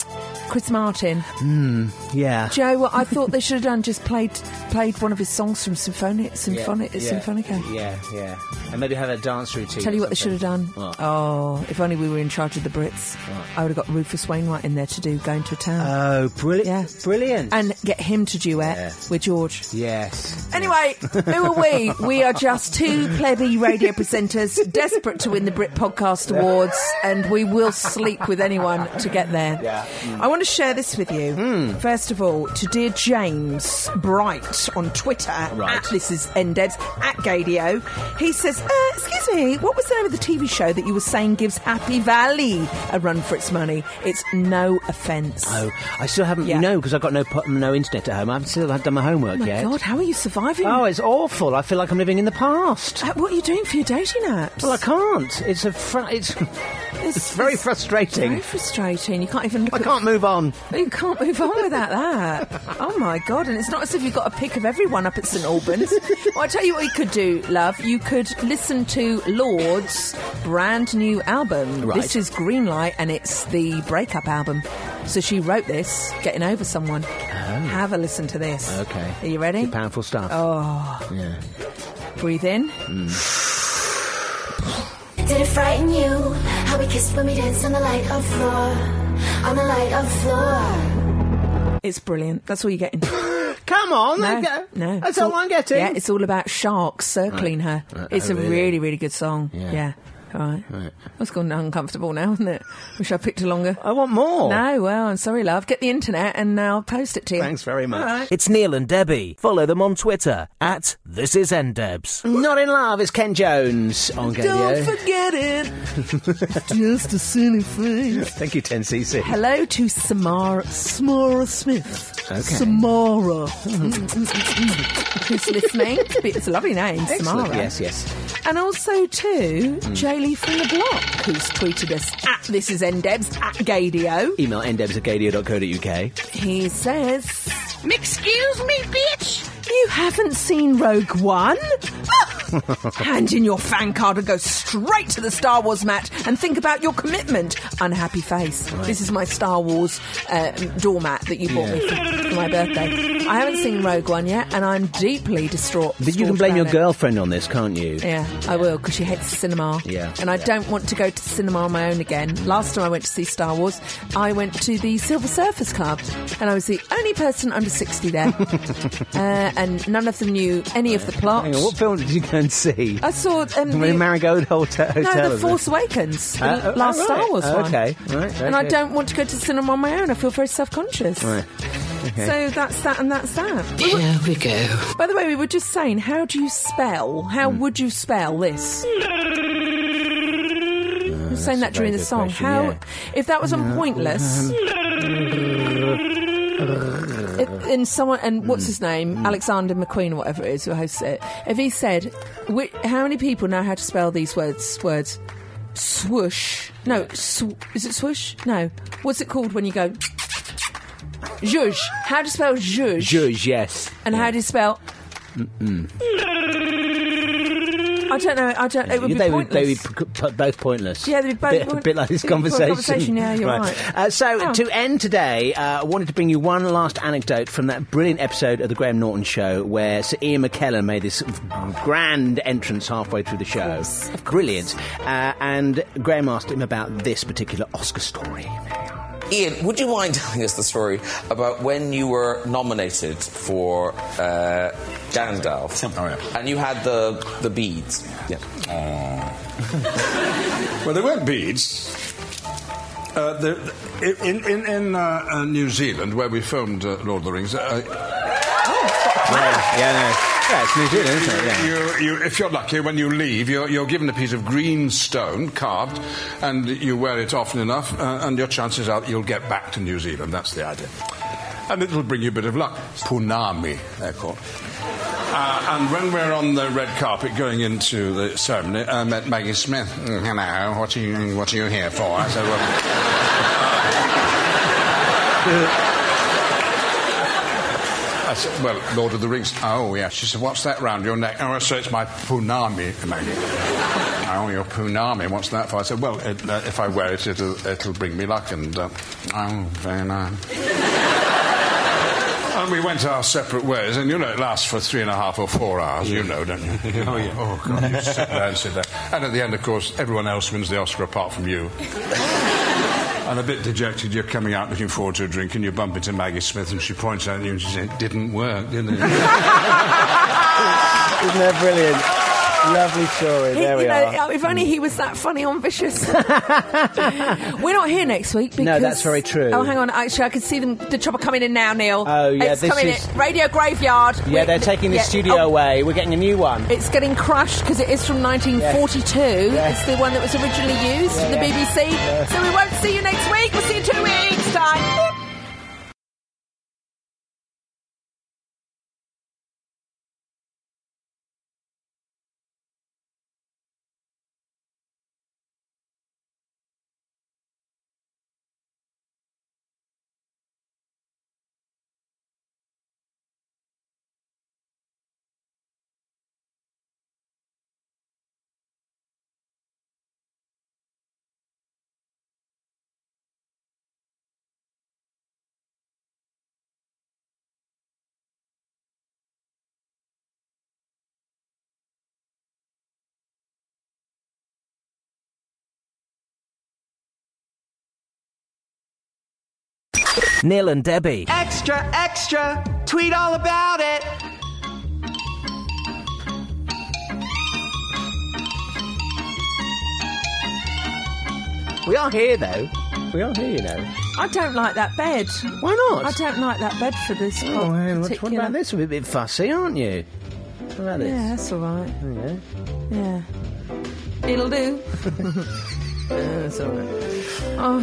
Speaker 3: Chris Martin.
Speaker 4: Mm, Yeah.
Speaker 3: Do you know what I thought they should have done? Just played played one of his songs from Symphonic, Symphonic,
Speaker 4: yeah.
Speaker 3: Symphonica.
Speaker 4: Yeah, yeah. And maybe have a dance routine.
Speaker 3: Tell you
Speaker 4: or
Speaker 3: what they should
Speaker 4: something.
Speaker 3: have done.
Speaker 4: What?
Speaker 3: Oh, if only we were in charge of the Brits,
Speaker 4: Right.
Speaker 3: I would have got Rufus Wainwright in there to do "Going to a Town"
Speaker 4: Oh, brilliant! Brilliant.
Speaker 3: and get him to duet
Speaker 4: Yeah.
Speaker 3: with George.
Speaker 4: yes.
Speaker 3: Anyway, who are we? We are just two plebby radio presenters desperate to win the Brit Podcast Awards, and we will sleep with anyone to get there.
Speaker 4: Yeah. Hmm.
Speaker 3: I want to share this with you. First of all, to dear James Bright on Twitter,
Speaker 4: Right.
Speaker 3: at this is NDebs, at Gadio, he says, uh, Excuse me, what was the name of the TV show that you were saying gives Happy Valley a run for its money? It's no offence.
Speaker 4: Oh, I still haven't.
Speaker 3: Yeah.
Speaker 4: You know, because I've got no pu- no internet at home. I haven't still haven't done my homework
Speaker 3: Oh my
Speaker 4: yet.
Speaker 3: God, how are you surviving?
Speaker 4: Oh, it's awful. I feel like I'm living in the past.
Speaker 3: Uh, What are you doing for your dating apps?
Speaker 4: Well, I can't. It's a fr- it's
Speaker 3: It's,
Speaker 4: it's very frustrating.
Speaker 3: Very frustrating. You can't even. Look
Speaker 4: I can't move on.
Speaker 3: At, you can't move on without that. Oh my god! And it's not as if you've got a pic of everyone up at St Albans. well, I tell you what you could do, love. You could listen to Lord's brand new album.
Speaker 4: Right.
Speaker 3: This is Greenlight, and it's the breakup album. So she wrote this, getting over someone. Have a listen to this.
Speaker 4: Oh. Okay.
Speaker 3: Are you ready?
Speaker 4: It's powerful stuff.
Speaker 3: Oh,
Speaker 4: Yeah.
Speaker 3: breathe in.
Speaker 6: Did it frighten you? How we kissed when we danced on the light of floor. On the light of floor.
Speaker 3: It's brilliant. That's all you're getting.
Speaker 4: Come on.
Speaker 3: No,
Speaker 4: okay.
Speaker 3: no.
Speaker 4: uh, That's
Speaker 3: It's
Speaker 4: all, I'm getting.
Speaker 3: Yeah, it's all about sharks circling her.
Speaker 4: Right.
Speaker 3: It's
Speaker 4: Oh,
Speaker 3: a
Speaker 4: really?
Speaker 3: really, really good song.
Speaker 4: Yeah.
Speaker 3: Yeah. All right.
Speaker 4: Right. Oh.
Speaker 3: That's gone uncomfortable now, isn't it? Wish I picked a longer.
Speaker 4: I want more.
Speaker 3: No, well, I'm sorry, love. Get the internet and uh, I'll post it to you.
Speaker 4: Thanks very much.
Speaker 3: All right.
Speaker 11: It's Neil and Debbie. Follow them on Twitter at This Is NDebs.
Speaker 4: Not in love is Ken Jones on
Speaker 3: Don't
Speaker 4: Gadio.
Speaker 3: forget it. Just a silly face.
Speaker 4: Thank you, 10cc.
Speaker 3: Hello to Samara, Samara Smith.
Speaker 4: Okay.
Speaker 3: Samara. Mm, Who's listening? It's a lovely name,
Speaker 4: Excellent.
Speaker 3: Samara.
Speaker 4: Yes, yes.
Speaker 3: And also to Jaylee from the block, who's tweeted us at this is ndebs at gadio.
Speaker 4: Email ndebs at gadio.co.uk.
Speaker 3: He says, "Excuse me, bitch, you haven't seen Rogue One." Hand in your fan card and go straight to the Star Wars match and think about your commitment. Unhappy face. This is my Star Wars uh, doormat that you bought me for, for my birthday. I haven't seen Rogue One yet, and I'm deeply distraught.
Speaker 4: But you can
Speaker 3: distraught
Speaker 4: blame your
Speaker 3: about it.
Speaker 4: girlfriend on this, can't you?
Speaker 3: Yeah, I will because she hates cinema.
Speaker 4: Yeah.
Speaker 3: and I don't want to go to cinema on my own again. Last time I went to see Star Wars, I went to the Silver Surfers Club, and I was the only person under sixty there, uh, and none of them knew any of the plot.
Speaker 4: Hang on, what film did you go and see?
Speaker 3: I saw um,
Speaker 4: The
Speaker 3: the-
Speaker 4: Marigold Hotel.
Speaker 3: no,
Speaker 4: Hotel,
Speaker 3: The
Speaker 4: is it?
Speaker 3: Force Awakens, the
Speaker 4: Uh, oh,
Speaker 3: last
Speaker 4: oh,
Speaker 3: Star
Speaker 4: right.
Speaker 3: Wars
Speaker 4: Oh,
Speaker 3: one.
Speaker 4: Okay, right. very
Speaker 3: And I
Speaker 4: good.
Speaker 3: don't want to go to cinema on my own. I feel very self-conscious.
Speaker 4: Right. Okay.
Speaker 3: So that's that, and that's that. We were-
Speaker 18: Here we go.
Speaker 3: by the way, we were just saying, how do you spell? How
Speaker 4: Hmm.
Speaker 3: would you spell
Speaker 4: Uh,
Speaker 3: this? I was saying that
Speaker 4: very
Speaker 3: during the
Speaker 4: good
Speaker 3: song.
Speaker 4: question,
Speaker 3: how,
Speaker 4: yeah.
Speaker 3: if that was on Pointless, if, and someone, and
Speaker 4: Hmm.
Speaker 3: what's his name, Alexander McQueen or whatever it is, who hosts it, if he said, whi- how many people know how to spell these words? Words, swoosh. No, sw- is it swoosh? No. What's it called when you go? Zhuzh. How to spell zhuzh?
Speaker 4: Judge, yes.
Speaker 3: And how do you spell? I don't know. I don't. It would be
Speaker 4: they, would,
Speaker 3: pointless.
Speaker 4: they would p- p- both pointless.
Speaker 3: Yeah, they'd be both-
Speaker 4: Bit- a bit like this
Speaker 3: Bit like a
Speaker 4: conversation.
Speaker 3: conversation, yeah, you're right.
Speaker 4: Uh, so
Speaker 3: Oh.
Speaker 4: to end today, uh, I wanted to bring you one last anecdote from that brilliant episode of the Graham Norton Show where Sir Ian McKellen made this grand entrance halfway through the show. Brilliant. Uh, and Graham asked him about this particular Oscar story.
Speaker 13: Ian, would you mind telling us the story about when you were nominated for uh, Gandalf Uh,
Speaker 15: Oh, yeah.
Speaker 13: and you had the the beads? Yeah.
Speaker 14: Well, they weren't beads. Uh, the- in in, in uh, uh, New Zealand, where we filmed uh, Lord of the Rings, uh,
Speaker 4: Yeah, yeah, no. yeah, it's New Zealand, isn't it? Yeah.
Speaker 14: you, you, if you're lucky, when you leave, you're, you're given a piece of green stone carved, and you wear it often enough, uh, and your chances are that you'll get back to New Zealand. That's the idea. And it'll bring you a bit of luck. Punami, they're called. Uh, and when we're on the red carpet going into the ceremony, I met Maggie Smith. "Mm, Hello, what are you, what are you here for? I said, well, I said, well, Lord of the Rings. Oh, yeah. She said, what's that round your neck? Oh, I said, it's my punami, Maggie. oh, your punami. What's that for? I said, well, it, uh, if I wear it, it'll, it'll bring me luck. And, uh, oh, very nice. And we went our separate ways, and you know, it lasts for three and a half or four hours, you know, don't you? oh, yeah. Oh, God, you sit there and sit there. And at the end, of course, everyone else wins the Oscar apart from you. And a bit dejected, you're coming out looking forward to a drink, and you bump into Maggie Smith, and she points at you and she says, It didn't work, did it?
Speaker 4: Isn't that brilliant? Lovely story.
Speaker 3: He-
Speaker 4: there we
Speaker 3: you know, uh,
Speaker 4: are.
Speaker 3: If only he was that funny on Vicious. We're not here next week because.
Speaker 4: No, that's very true.
Speaker 3: Oh, hang on. Actually, I can see them, the chopper coming in now, Neil.
Speaker 4: Oh, yeah,
Speaker 3: It's
Speaker 4: this
Speaker 3: coming
Speaker 4: is-
Speaker 3: in. Radio Graveyard.
Speaker 4: Yeah, they're taking the
Speaker 3: yeah,
Speaker 4: studio
Speaker 3: oh.
Speaker 4: away. We're getting a new one.
Speaker 3: It's getting crushed because it is from 1942. It's the one that was originally used from the BBC. So we won't see you next week. We'll see you in two weeks' time.
Speaker 20: Neil and Debbie.
Speaker 21: Extra, extra! Tweet all about it!
Speaker 4: We are here, though. We are here, you know.
Speaker 3: I don't like that bed.
Speaker 4: Why not?
Speaker 3: I don't like that bed for this.
Speaker 4: Oh,
Speaker 3: pod-
Speaker 4: hang on, what- what
Speaker 3: particular-
Speaker 4: about this? You're a bit fussy, aren't you? What about this?
Speaker 3: Yeah, that's all right.
Speaker 4: There you go.
Speaker 3: Yeah. It'll do. that's all right. Oh,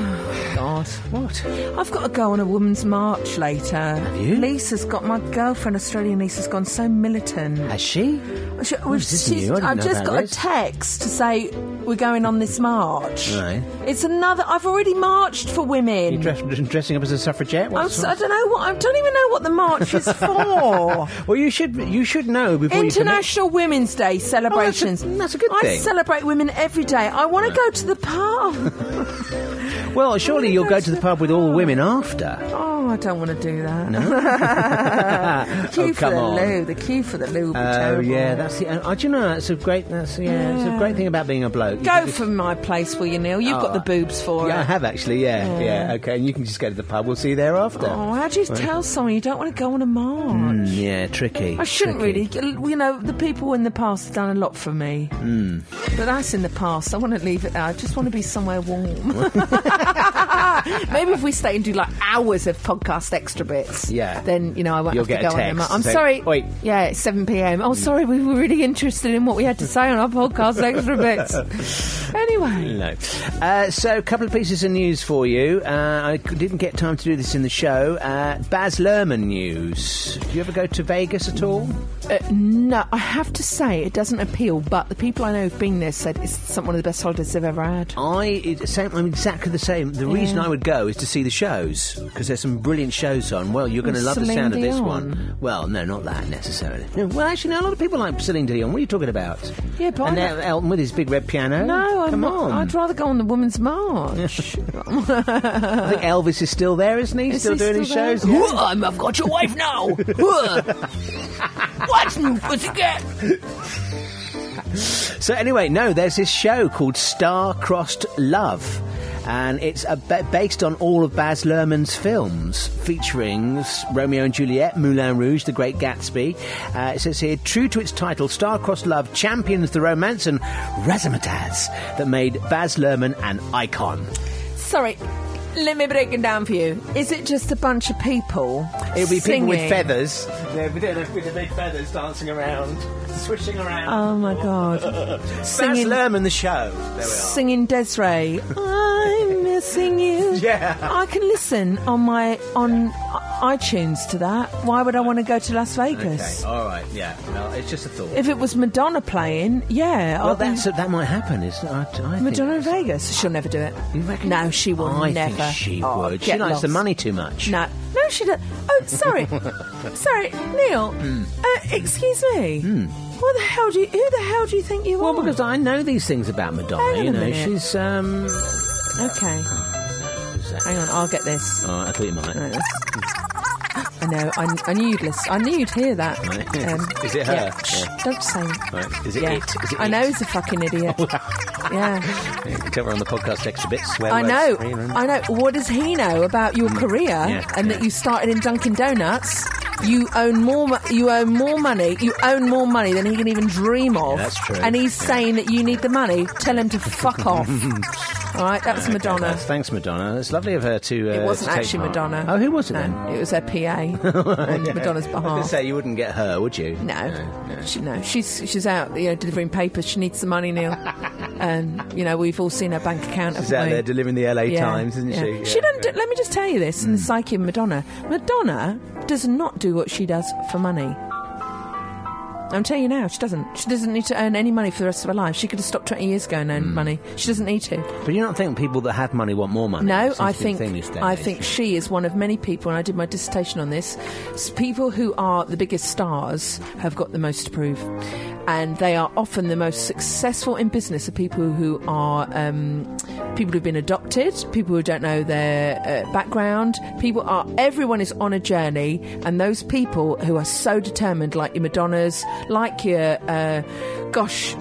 Speaker 4: God. What?
Speaker 3: I've got to go on a woman's march later. Have
Speaker 4: you?
Speaker 3: Lisa's got my girlfriend, Australian Lisa's gone so militant.
Speaker 4: Has she?
Speaker 3: She-
Speaker 4: Oh,
Speaker 3: we've-
Speaker 4: this is
Speaker 3: she's-
Speaker 4: new. I didn't
Speaker 3: I've
Speaker 4: know
Speaker 3: just
Speaker 4: about
Speaker 3: got
Speaker 4: this.
Speaker 3: a text to say we're going on this march.
Speaker 4: Right.
Speaker 3: It's another. I've already marched for women.
Speaker 4: You dress, dressing up as a suffragette? What
Speaker 3: I'm so,
Speaker 4: sort
Speaker 3: I
Speaker 4: of-
Speaker 3: don't know what I don't even know what the march is for.
Speaker 4: well, you should you should know before
Speaker 3: International Women's Day celebrations.
Speaker 4: Oh, that's a good
Speaker 3: I
Speaker 4: thing.
Speaker 3: celebrate women every day. I want to go to the pub.
Speaker 4: you commit. Well, surely you'll go to the pub with all the women after.
Speaker 3: oh, I don't want to do that. queue
Speaker 4: Oh,
Speaker 3: for
Speaker 4: come
Speaker 3: the
Speaker 4: on.
Speaker 3: loo. The queue for the loo would be
Speaker 4: Oh
Speaker 3: terrible.
Speaker 4: yeah, that's the. Uh, do you know that's a great that's yeah, it's a
Speaker 3: Yeah.
Speaker 4: great thing about being a bloke. You
Speaker 3: Go
Speaker 4: can just-
Speaker 3: for my place, will you, Neil? You've
Speaker 4: Oh,
Speaker 3: got the boobs for
Speaker 4: Yeah, I
Speaker 3: it.
Speaker 4: have actually. Yeah, yeah,
Speaker 3: Yeah.
Speaker 4: Okay, and you can just go to the pub. We'll see you there after.
Speaker 3: Oh, how do you
Speaker 4: Right.
Speaker 3: tell someone you don't want to go on a march?
Speaker 4: Mm, yeah, tricky.
Speaker 3: I shouldn't really. You know, the people in the past have done a lot for me.
Speaker 4: Mm.
Speaker 3: But that's in the past. I want to leave it there. I just want to be somewhere warm. Maybe if we stay and do like hours of podcast extra bits,
Speaker 4: Yeah.
Speaker 3: then you know I won't
Speaker 4: You'll
Speaker 3: have to
Speaker 4: get
Speaker 3: go
Speaker 4: a
Speaker 3: on them.
Speaker 4: text
Speaker 3: I'm
Speaker 4: saying,
Speaker 3: sorry.
Speaker 4: "Oi."
Speaker 3: Yeah, it's seven p.m. Oh, sorry, we were really interested in what we had to say on our podcast extra bits. Anyway,
Speaker 4: No. Uh, so, a couple of pieces of news for you. Uh, I c- didn't get time to do this in the show. Uh, Baz Luhrmann news. Do you ever go to Vegas at all?
Speaker 3: uh, no, I have to say it doesn't appeal. But the people I know who've been there said it's some one of the best holidays they've ever had.
Speaker 4: I it, same. I'm exactly the same. The reason
Speaker 3: Yeah.
Speaker 4: I would go is to see the shows because there's some brilliant shows on. Well, you're going to
Speaker 3: Oh,
Speaker 4: love the
Speaker 3: Celine
Speaker 4: sound of this
Speaker 3: Dion.
Speaker 4: one. Well, no, not that necessarily. No, Well, actually, no, a lot of people like Celine Dion. What are you talking about?
Speaker 3: Yeah, but
Speaker 4: and
Speaker 3: I
Speaker 4: El- Elton with his big red piano.
Speaker 3: no, I'm
Speaker 4: Oh, come
Speaker 3: not.
Speaker 4: on.
Speaker 3: I'd rather go on the Women's March.
Speaker 4: I think Elvis is still there, isn't he?
Speaker 3: Is
Speaker 4: still
Speaker 3: he
Speaker 4: doing
Speaker 3: still
Speaker 4: his shows.
Speaker 3: there?
Speaker 4: Yeah.
Speaker 3: I'm- I've got your wife now. What's new pussycat?
Speaker 4: So anyway, no, there's this show called Star-Crossed Love. And it's a, ba- based on all of Baz Luhrmann's films, featuring s- Romeo and Juliet, Moulin Rouge, The Great Gatsby. Uh, it says here, true to its title, Star-Crossed Love champions the romance and razzmatazz that made Baz Luhrmann an icon.
Speaker 3: Sorry, let me break it down for you. Is it just a bunch of people?
Speaker 4: It'll be people with
Speaker 3: singing?
Speaker 4: feathers. Yeah, with the big feathers dancing around, swishing around.
Speaker 3: Oh my god.
Speaker 4: Baz
Speaker 3: Singing-
Speaker 4: Luhrmann, the show. There we are.
Speaker 3: Singing Desiree, I'm missing you. Yeah, I can listen on my on i- iTunes to that. Why would I want to go to Las Vegas?
Speaker 4: Okay, all right, yeah. Well, it's just a thought.
Speaker 3: If it was Madonna playing, yeah,
Speaker 4: well,
Speaker 3: I'll be-
Speaker 4: that's, that might happen. Is I, I think-
Speaker 3: Madonna in Vegas. She'll never do it. No, she will
Speaker 4: I
Speaker 3: never.
Speaker 4: think she
Speaker 3: Oh,
Speaker 4: would. She
Speaker 3: get
Speaker 4: likes the
Speaker 3: lost.
Speaker 4: money too much.
Speaker 3: No, no, she does. Oh, sorry, sorry, Neil.
Speaker 4: Hmm.
Speaker 3: Uh, excuse me. What the hell do you? Who the hell do you think you
Speaker 4: Well,
Speaker 3: are?
Speaker 4: because I know these things about Madonna.
Speaker 3: Hang on
Speaker 4: you
Speaker 3: a
Speaker 4: know,
Speaker 3: minute.
Speaker 4: she's um.
Speaker 3: okay. Hang on, I'll get this.
Speaker 4: Oh, I thought you might.
Speaker 3: Right, that's- I know. I, I knew you'd listen. I knew you'd hear that. Um,
Speaker 4: Is it her?
Speaker 3: yeah. Shh,
Speaker 4: Yeah.
Speaker 3: Don't say.
Speaker 4: Right. Is it
Speaker 3: Yeah.
Speaker 4: it? Is it
Speaker 3: I know
Speaker 4: it?
Speaker 3: he's a fucking idiot. yeah.
Speaker 4: You can cover on the podcast extra bits. Swear
Speaker 3: I
Speaker 4: words,
Speaker 3: know.
Speaker 4: free, right?
Speaker 3: I know. What does he know about your career
Speaker 4: Mm. Yeah,
Speaker 3: and that you started in Dunkin' Donuts? You own more. mo- You own more money. You own more money than he can even dream of.
Speaker 4: that's true.
Speaker 3: And he's saying that you need the money. Tell him to fuck off. All right. That's
Speaker 4: Okay,
Speaker 3: Madonna.
Speaker 4: that's- thanks, Madonna. It's lovely of her to. Uh,
Speaker 3: It wasn't
Speaker 4: to take
Speaker 3: actually
Speaker 4: part.
Speaker 3: Madonna.
Speaker 4: Oh, who was it
Speaker 3: No,
Speaker 4: then?
Speaker 3: It was her PA on Madonna's
Speaker 4: I was gonna
Speaker 3: behalf.
Speaker 4: say you wouldn't get her, would you?
Speaker 3: No, She, no, she's she's out, you know, delivering papers. She needs the money, Neil. and you know, we've all seen her bank account.
Speaker 4: She's
Speaker 3: haven't
Speaker 4: out
Speaker 3: we?
Speaker 4: there delivering the LA
Speaker 3: Yeah,
Speaker 4: Times, isn't
Speaker 3: yeah.
Speaker 4: she? Hmm.
Speaker 3: She don't. Do, let me just tell you this: in the psyche of Madonna, Madonna does not do what she does for money. I'm telling you now, she doesn't. She doesn't need to earn any money for the rest of her life. She could have stopped 20 years ago and
Speaker 4: Hmm.
Speaker 3: earned money. She doesn't need to.
Speaker 4: But you don't think people that have money want more money?
Speaker 3: No,
Speaker 4: Seems
Speaker 3: I
Speaker 4: to be the thing
Speaker 3: think
Speaker 4: these days.
Speaker 3: I think she is one of many people, and I did my dissertation on this. s- People who are the biggest stars have got the most to prove, and they are often the most successful in business. Are people who are um, people who've been adopted, people who don't know their uh, background. People are everyone is on a journey, and those people who are so determined, like your Madonnas, like your uh, gosh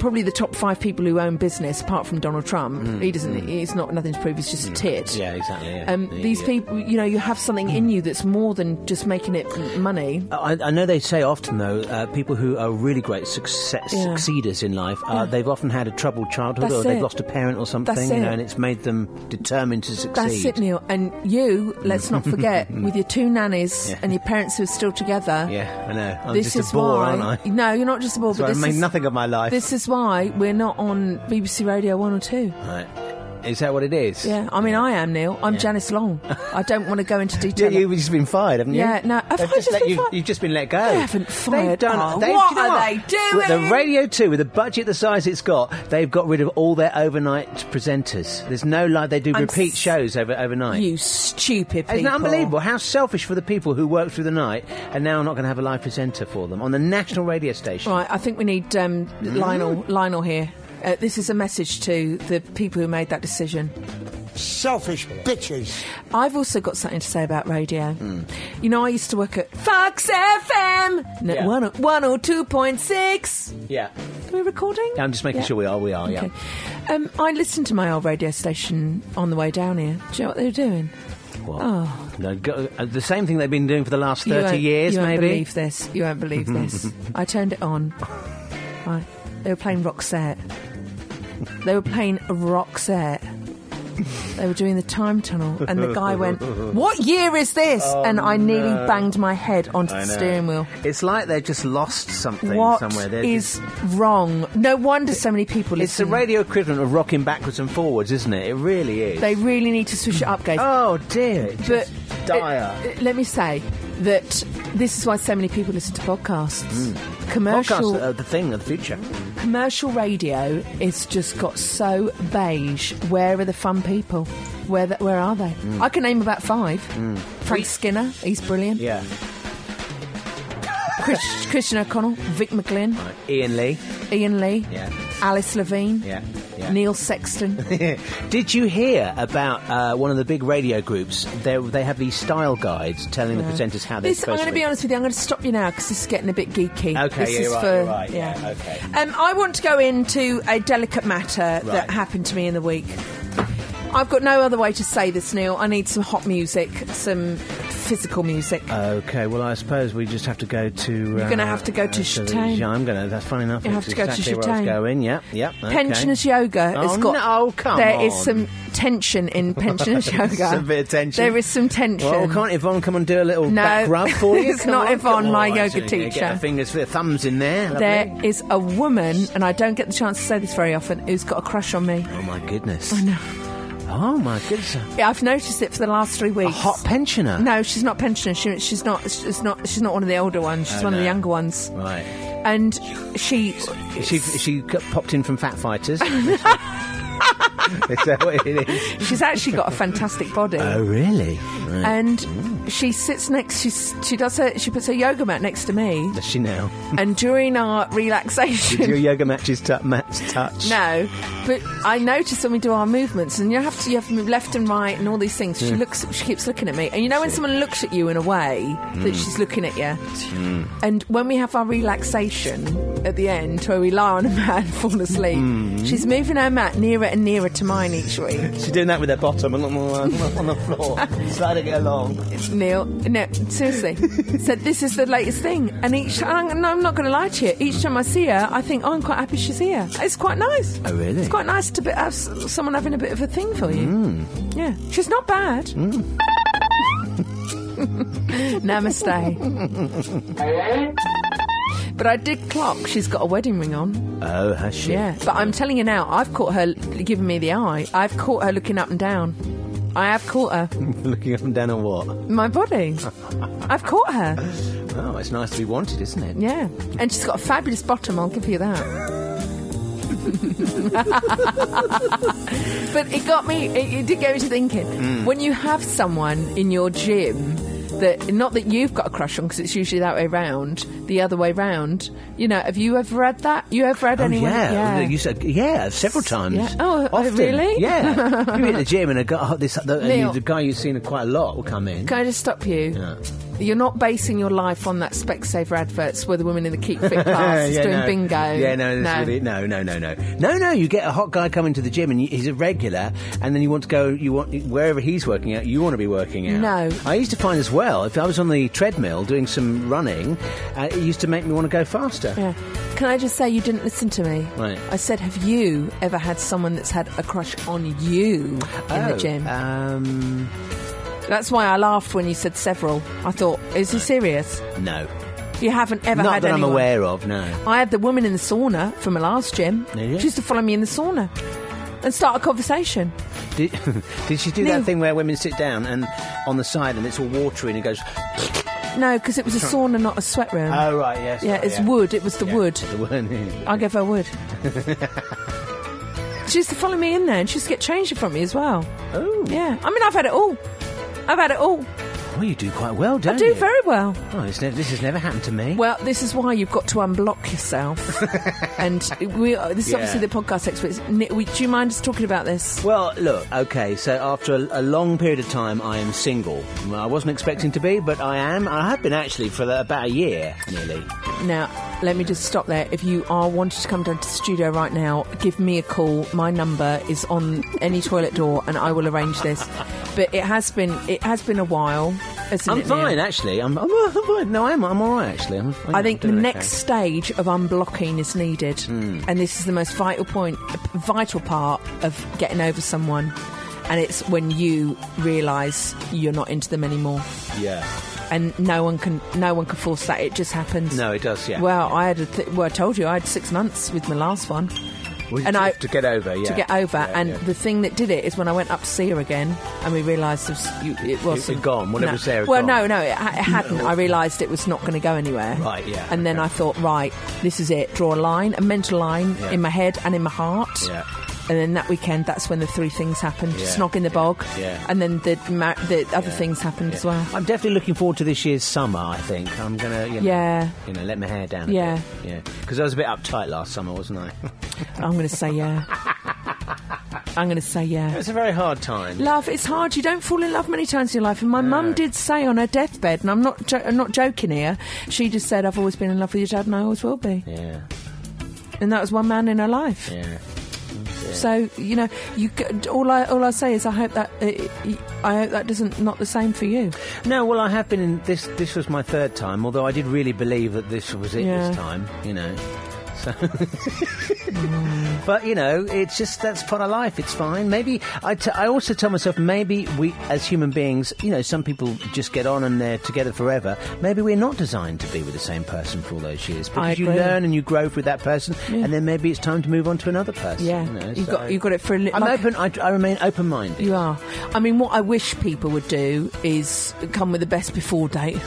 Speaker 3: probably the top five people who own business, apart from Donald Trump. He doesn't. He's not nothing to prove. He's just a tit.
Speaker 4: Mm, Yeah, exactly. yeah. Mm.
Speaker 3: Um,
Speaker 4: The
Speaker 3: these
Speaker 4: idiot.
Speaker 3: people, you know, you have something in you that's more than just making it m- money.
Speaker 4: Uh, I, I know they say often though, uh, people who are really great success
Speaker 3: Yeah.
Speaker 4: succeeders in life, uh,
Speaker 3: Yeah.
Speaker 4: they've often had a troubled childhood,
Speaker 3: That's
Speaker 4: or they've
Speaker 3: it.
Speaker 4: lost a parent or something,
Speaker 3: That's
Speaker 4: you know,
Speaker 3: it.
Speaker 4: and it's made them determined to succeed.
Speaker 3: That's it, Neil. And you, let's not forget, with your two nannies
Speaker 4: Yeah.
Speaker 3: and your parents who are still together.
Speaker 4: Yeah, I know. I'm
Speaker 3: this
Speaker 4: just
Speaker 3: is
Speaker 4: a bore,
Speaker 3: why.
Speaker 4: aren't I?
Speaker 3: No, you're not just a bore.
Speaker 4: So
Speaker 3: but
Speaker 4: I
Speaker 3: this
Speaker 4: made
Speaker 3: is,
Speaker 4: nothing of my life.
Speaker 3: This is why we're not on BBC Radio One or Two.
Speaker 4: Right. Is that what it is?
Speaker 3: Yeah, I mean, I am Neil. I'm
Speaker 4: Yeah.
Speaker 3: Janice Long. I don't want to go into
Speaker 4: You,
Speaker 3: detail.
Speaker 4: you've just been fired, haven't you?
Speaker 3: Yeah, no, have
Speaker 4: They've
Speaker 3: I just
Speaker 4: let
Speaker 3: been
Speaker 4: you,
Speaker 3: fired?
Speaker 4: You've just been let go.
Speaker 3: I haven't
Speaker 4: They've
Speaker 3: fired.
Speaker 4: done.
Speaker 3: Oh,
Speaker 4: they've-
Speaker 3: what
Speaker 4: you know
Speaker 3: are
Speaker 4: what?
Speaker 3: they
Speaker 4: With
Speaker 3: doing?
Speaker 4: the Radio Two, with the budget the size it's got, they've got rid of all their overnight presenters. There's no live. They do
Speaker 3: I'm
Speaker 4: repeat
Speaker 3: s-
Speaker 4: shows over overnight.
Speaker 3: You stupid people.
Speaker 4: Isn't that unbelievable? How selfish for the people who work through the night and now are not going to have a live presenter for them on the national radio station.
Speaker 3: Right, I think we need um,
Speaker 4: Mm-hmm.
Speaker 3: Lionel. Lionel here. Uh, this is a message to the people who made that decision.
Speaker 22: Selfish bitches.
Speaker 3: I've also got something to say about radio.
Speaker 4: Hmm.
Speaker 3: You know, I used to work at Fox FM no,
Speaker 4: Yeah.
Speaker 3: one oh o- 102.6.
Speaker 4: Yeah.
Speaker 3: Are we recording?
Speaker 4: I'm just making
Speaker 3: Yeah.
Speaker 4: sure we are. We are. Yeah.
Speaker 3: Okay. Um, I listened to my old radio station on the way down here. Do you know what they were doing?
Speaker 4: What?
Speaker 3: Oh.
Speaker 4: They've got- uh, the same thing they've been doing for the last
Speaker 3: You
Speaker 4: thirty
Speaker 3: won't-
Speaker 4: years,
Speaker 3: you
Speaker 4: maybe.
Speaker 3: Won't believe this. You won't believe this. I turned it on. Right. They were playing Roxette. They were playing Roxette. They were doing the time tunnel, and the guy went, "What year is this?"
Speaker 4: Oh,
Speaker 3: and I nearly
Speaker 4: no.
Speaker 3: banged my head onto
Speaker 4: I
Speaker 3: the
Speaker 4: know.
Speaker 3: steering wheel.
Speaker 4: It's like they've just lost something
Speaker 3: What
Speaker 4: somewhere. They're
Speaker 3: is
Speaker 4: just-
Speaker 3: wrong? No wonder so many people
Speaker 4: it's the
Speaker 3: listen.
Speaker 4: radio equivalent of rocking backwards and forwards, isn't it? It really is.
Speaker 3: They really need to switch it up, guys.
Speaker 4: oh dear, it's
Speaker 3: but
Speaker 4: just dire.
Speaker 3: it- let me say that this is why so many people listen to podcasts. Commercial
Speaker 4: Mm. Podcasts are uh, the thing of the future.
Speaker 3: commercial radio it's just got so beige where are the fun people where the, where are they
Speaker 4: Hmm.
Speaker 3: i can name about five frank skinner he's brilliant
Speaker 4: Yeah.
Speaker 3: Chris, christian o'connell vic mcglynn
Speaker 4: Ian Lee.
Speaker 3: ian lee
Speaker 4: Yeah.
Speaker 3: alice levine
Speaker 4: Yeah. Yeah.
Speaker 3: neil sexton
Speaker 4: Did you hear about uh, one of the big radio groups? They, they have these style guides telling
Speaker 3: Yeah.
Speaker 4: the presenters how they're
Speaker 3: This, I'm
Speaker 4: supposed
Speaker 3: going to
Speaker 4: to
Speaker 3: be honest with you. I'm going to stop you now because this is getting a bit geeky.
Speaker 4: Okay,
Speaker 3: this is
Speaker 4: yeah, you're right,
Speaker 3: for,
Speaker 4: you're right, yeah, okay.
Speaker 3: Um, I want to go into a delicate matter
Speaker 4: Mm. Right.
Speaker 3: that happened to me in the week. I've got no other way to say this, Neil. I need some hot music, some physical music.
Speaker 4: Uh, Okay, well, I suppose we just have to go to. uh, You're
Speaker 3: gonna have to go to Chitane.
Speaker 4: Yeah, I'm going to. That's funny enough.
Speaker 3: You have
Speaker 4: it's
Speaker 3: to go to
Speaker 4: exactly where I was
Speaker 3: Chitane.
Speaker 4: going. Yep, yep. okay.
Speaker 3: Pensioners yoga has
Speaker 4: Oh,
Speaker 3: got.
Speaker 4: no, come
Speaker 3: there is
Speaker 4: on.
Speaker 3: some tension in pensioners yoga.
Speaker 4: It's a bit of tension.
Speaker 3: There is some tension.
Speaker 4: Well, can't Yvonne come and do a little
Speaker 3: No,
Speaker 4: back rub for you?
Speaker 3: it's
Speaker 4: Come
Speaker 3: not
Speaker 4: on,
Speaker 3: Yvonne,
Speaker 4: come
Speaker 3: my
Speaker 4: on.
Speaker 3: yoga
Speaker 4: So you can
Speaker 3: teacher.
Speaker 4: Get her fingers, her thumbs in there.
Speaker 3: there
Speaker 4: lovely.
Speaker 3: is a woman, and I don't get the chance to say this very often, who's got a crush on me.
Speaker 4: Oh my goodness.
Speaker 3: I know.
Speaker 4: Oh my goodness.
Speaker 3: Yeah, I've noticed it for the last three weeks.
Speaker 4: Hot pensioner.
Speaker 3: No, she's not pensioner. She, she's not. She's not. She's not one of the older ones. She's
Speaker 4: Oh,
Speaker 3: one of
Speaker 4: no.
Speaker 3: the younger ones.
Speaker 4: Right.
Speaker 3: And she,
Speaker 4: She she got- popped in from Fat Fighters. is that what it is?
Speaker 3: She's actually got a fantastic body.
Speaker 4: Oh, really? Right.
Speaker 3: And
Speaker 4: mm.
Speaker 3: she sits next. She she does her. She puts her yoga mat next to me.
Speaker 4: Does she now?
Speaker 3: And during our
Speaker 4: Did
Speaker 3: relaxation,
Speaker 4: your yoga matches tu- mats touch?
Speaker 3: no, but I notice when we do our movements, and you have to you have to move left and right and all these things. She
Speaker 4: Mm.
Speaker 3: looks. She keeps looking at me, and you know when someone looks at you in a way that
Speaker 4: Mm.
Speaker 3: she's looking at you. And when we have our relaxation at the end, where we lie on a mat and fall asleep,
Speaker 4: Mm.
Speaker 3: she's moving her mat nearer and nearer to mine each week.
Speaker 4: She's doing that with her bottom and on the floor, sliding it along.
Speaker 3: Neil, no, seriously, said this is the latest thing. And each, and I'm, no, I'm not going to lie to you. Each time I see her, I think, oh, I'm quite happy she's here. It's quite nice.
Speaker 4: Oh, really?
Speaker 3: It's quite nice to be, have s- someone having a bit of a thing for you.
Speaker 4: Mm.
Speaker 3: Yeah, she's not bad.
Speaker 4: Hmm.
Speaker 3: Namaste. but I did clock. She's got a wedding ring on.
Speaker 4: Oh, has she?
Speaker 3: Yeah, but I'm telling you now, I've caught her l- giving me the eye. I've caught her looking up and down. I have caught her.
Speaker 4: Looking up and down at what?
Speaker 3: My body. I've caught her.
Speaker 4: Oh, it's nice to be wanted, isn't it?
Speaker 3: Yeah. And she's got a fabulous bottom, I'll give you that. but it got me, it, it did get me to thinking
Speaker 23: Mm.
Speaker 3: when you have someone in your gym that, not that you've got a crush on, because it's usually that way round, the other way round, you know, have you ever had that? You ever had
Speaker 4: Oh,
Speaker 3: anyone?
Speaker 4: yeah. You said, yeah, several times.
Speaker 3: Yeah. Oh, oh,
Speaker 4: Often.
Speaker 3: really?
Speaker 4: Yeah. You're at the gym and a guy, oh, this, the, and
Speaker 3: Neil.
Speaker 4: you, the guy you've seen quite a lot will come in.
Speaker 3: Can I just stop you?
Speaker 4: Yeah.
Speaker 3: You're not basing your life on that Specsaver adverts where the woman in the keep fit class is
Speaker 4: Yeah,
Speaker 3: doing
Speaker 4: no.
Speaker 3: bingo.
Speaker 4: Yeah, no, that's really- no, no, no, no, no, no. You get a hot guy coming to the gym and you- he's a regular, and then you want to go. You want wherever he's working out. You want to be working out.
Speaker 3: No.
Speaker 4: I used to find as well if I was on the treadmill doing some running, uh, it used to make me want to go faster.
Speaker 3: Yeah. Can I just say you didn't listen to me?
Speaker 4: Right.
Speaker 3: I said, have you ever had someone that's had a crush on you in the
Speaker 4: Oh,
Speaker 3: gym?
Speaker 4: Um,
Speaker 3: That's why I laughed when you said several. I thought, is he serious?
Speaker 4: no.
Speaker 3: You haven't ever
Speaker 4: Not
Speaker 3: had
Speaker 4: that
Speaker 3: anyone.
Speaker 4: I'm aware of. No.
Speaker 3: I had the woman in the sauna from my last gym.
Speaker 4: Did you?
Speaker 3: She used to follow me in the sauna and start a conversation.
Speaker 4: Did, did she do
Speaker 3: No.
Speaker 4: that thing where women sit down and on the side and it's all watery and it goes?
Speaker 3: No, because it was a sauna, not a sweat room.
Speaker 4: Oh right, yes.
Speaker 3: Yeah,
Speaker 4: right,
Speaker 3: it's wood. It was the
Speaker 4: Yeah,
Speaker 3: wood.
Speaker 4: The wood.
Speaker 3: I gave her wood. She used to follow me in there and she used to get changed from me as well.
Speaker 4: Oh.
Speaker 3: Yeah. I mean, I've had it all. I've had it all.
Speaker 4: well, you do quite well, don't
Speaker 3: I do
Speaker 4: you?
Speaker 3: very well.
Speaker 4: Oh, it's ne- this has never happened to me.
Speaker 3: Well, this is why you've got to unblock yourself. and we, this is
Speaker 4: Yeah.
Speaker 3: obviously the podcast experts. Nick, we, do you mind us talking about this?
Speaker 4: Well, look, okay, so after a, a long period of time, I am single. Well, I wasn't expecting to be, but I am. I have been actually for the- about a year, nearly.
Speaker 3: Now, let me just stop there. If you are wanting to come down to the studio right now, give me a call. My number is on any toilet door, and I will arrange this. But it has been it has been a while. hasn't
Speaker 4: I'm
Speaker 3: it, Neil?
Speaker 4: fine, actually. I'm, I'm, I'm fine. No, I'm, I'm all right, actually. I'm,
Speaker 3: I think the
Speaker 4: doing okay.
Speaker 3: next stage of unblocking is needed,
Speaker 4: Hmm.
Speaker 3: and this is the most vital point, vital part of getting over someone, and it's when you realise you're not into them anymore,
Speaker 4: Yeah.
Speaker 3: and no one can, no one can force that. It just happens.
Speaker 4: No, it does, yeah.
Speaker 3: Well, I had, a th- well, I told you, I had six months with my last one
Speaker 4: We-
Speaker 3: and
Speaker 4: to,
Speaker 3: I-
Speaker 4: to get over, yeah.
Speaker 3: to get over,
Speaker 4: Yeah,
Speaker 3: and
Speaker 4: yeah.
Speaker 3: the thing that did it is when I went up to see her again, and we realised it, was- you- it wasn't
Speaker 4: had gone. Whatever
Speaker 3: no.
Speaker 4: was there had
Speaker 3: Well,
Speaker 4: gone.
Speaker 3: no, no, it, ha- it hadn't. I realised it was not going to go anywhere.
Speaker 4: Right, yeah,
Speaker 3: And then I thought, right, this is it. Draw a line, a mental line
Speaker 4: Yeah.
Speaker 3: in my head and in my heart.
Speaker 4: Yeah.
Speaker 3: And then that weekend, that's when the three things happened:
Speaker 4: Yeah.
Speaker 3: snog in the bog,
Speaker 4: Yeah.
Speaker 3: and then the ma- the other
Speaker 4: Yeah.
Speaker 3: things happened as well.
Speaker 4: I'm definitely looking forward to this year's summer. I think I'm gonna, you know,
Speaker 3: Yeah.
Speaker 4: you know, let my hair down. A
Speaker 3: Yeah.
Speaker 4: bit. yeah, because I was a bit uptight last summer, wasn't I?
Speaker 3: I'm going to say yeah. I'm going to say yeah.
Speaker 4: it was a very hard time.
Speaker 3: Love, it's hard. You don't fall in love many times in your life. And my mum did say on her deathbed, and I'm not, jo- I'm not joking here. She just said, "I've always been in love with your dad, and I always will be."
Speaker 4: Yeah,
Speaker 3: And that was one man in her life.
Speaker 4: yeah.
Speaker 3: So you know, you g- all I all I say is I hope that uh, y- I hope that doesn't not the same for you.
Speaker 4: No, well, I have been in this. This was my third time, although I did really believe that this was it
Speaker 3: Yeah.
Speaker 4: this time. You know, so.
Speaker 3: Mm.
Speaker 4: but you know, it's just that's part of life. It's fine. Maybe I. T- I also tell myself maybe we, as human beings, you know, some people just get on and they're together forever. Maybe we're not designed to be with the same person for all those years because
Speaker 3: I
Speaker 4: you
Speaker 3: agree.
Speaker 4: learn and you grow with that person,
Speaker 3: Yeah.
Speaker 4: and then maybe it's time to move on to another person.
Speaker 3: Yeah,
Speaker 4: you, know,
Speaker 3: you
Speaker 4: so-
Speaker 3: got you got it for a little.
Speaker 4: I'm open. I, I remain open-minded.
Speaker 3: You are. I mean, what I wish people would do is come with a best before date.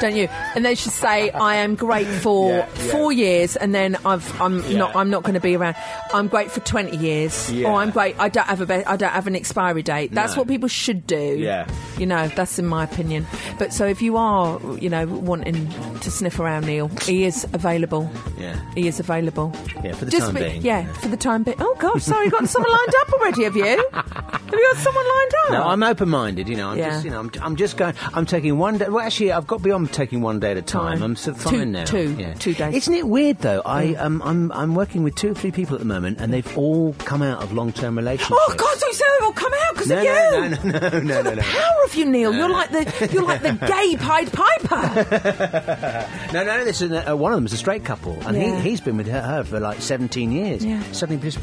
Speaker 3: don't you? And they should say, "I am great for
Speaker 4: Yeah, yeah.
Speaker 3: four years, and then I've, I'm
Speaker 4: Yeah.
Speaker 3: not, I'm not going to be around. I'm great for twenty years,
Speaker 4: Yeah.
Speaker 3: or I'm great. I don't have a, be- I don't have an expiry date. That's
Speaker 4: No.
Speaker 3: what people should do.
Speaker 4: Yeah.
Speaker 3: you know, that's in my opinion. But so if you are, you know, wanting to sniff around Neil, he is available.
Speaker 4: Yeah.
Speaker 3: he is available.
Speaker 4: Yeah, for the time
Speaker 3: be-
Speaker 4: being.
Speaker 3: Yeah, for the time being. Oh God, sorry, you got someone lined up already. Have you? Have you got someone lined up?
Speaker 4: No, I'm open-minded. You know, I'm
Speaker 3: Yeah.
Speaker 4: just, you know, I'm, I'm just going. I'm taking one day. Well, actually, I've got beyond taking one day at a time.
Speaker 3: Time.
Speaker 4: I'm so
Speaker 3: Two-
Speaker 4: fine now.
Speaker 3: two- two days.
Speaker 4: Isn't it weird though? I um, I'm I'm working with two or three people at the moment, and they've all come out of long-term relationships.
Speaker 3: Oh God! So you said they all come out because
Speaker 4: No,
Speaker 3: of you.
Speaker 4: no, no, no, no, no, no, no.
Speaker 3: power of you, Neil. You're like the you're like the gay Pied Piper.
Speaker 4: No, no, this is uh, one of them's a straight couple, and
Speaker 3: Yeah.
Speaker 4: he he's been with her, her for like 17 years.
Speaker 3: Yeah.
Speaker 4: Suddenly, just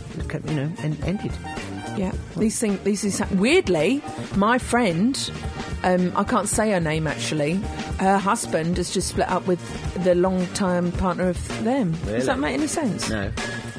Speaker 4: you know, en- ended.
Speaker 3: Yeah, these things. These things. happen. Weirdly, my friend, um, I can't say her name actually. Her husband has just split up with the long-time partner of them.
Speaker 4: Really?
Speaker 3: Does that make any sense?
Speaker 4: No.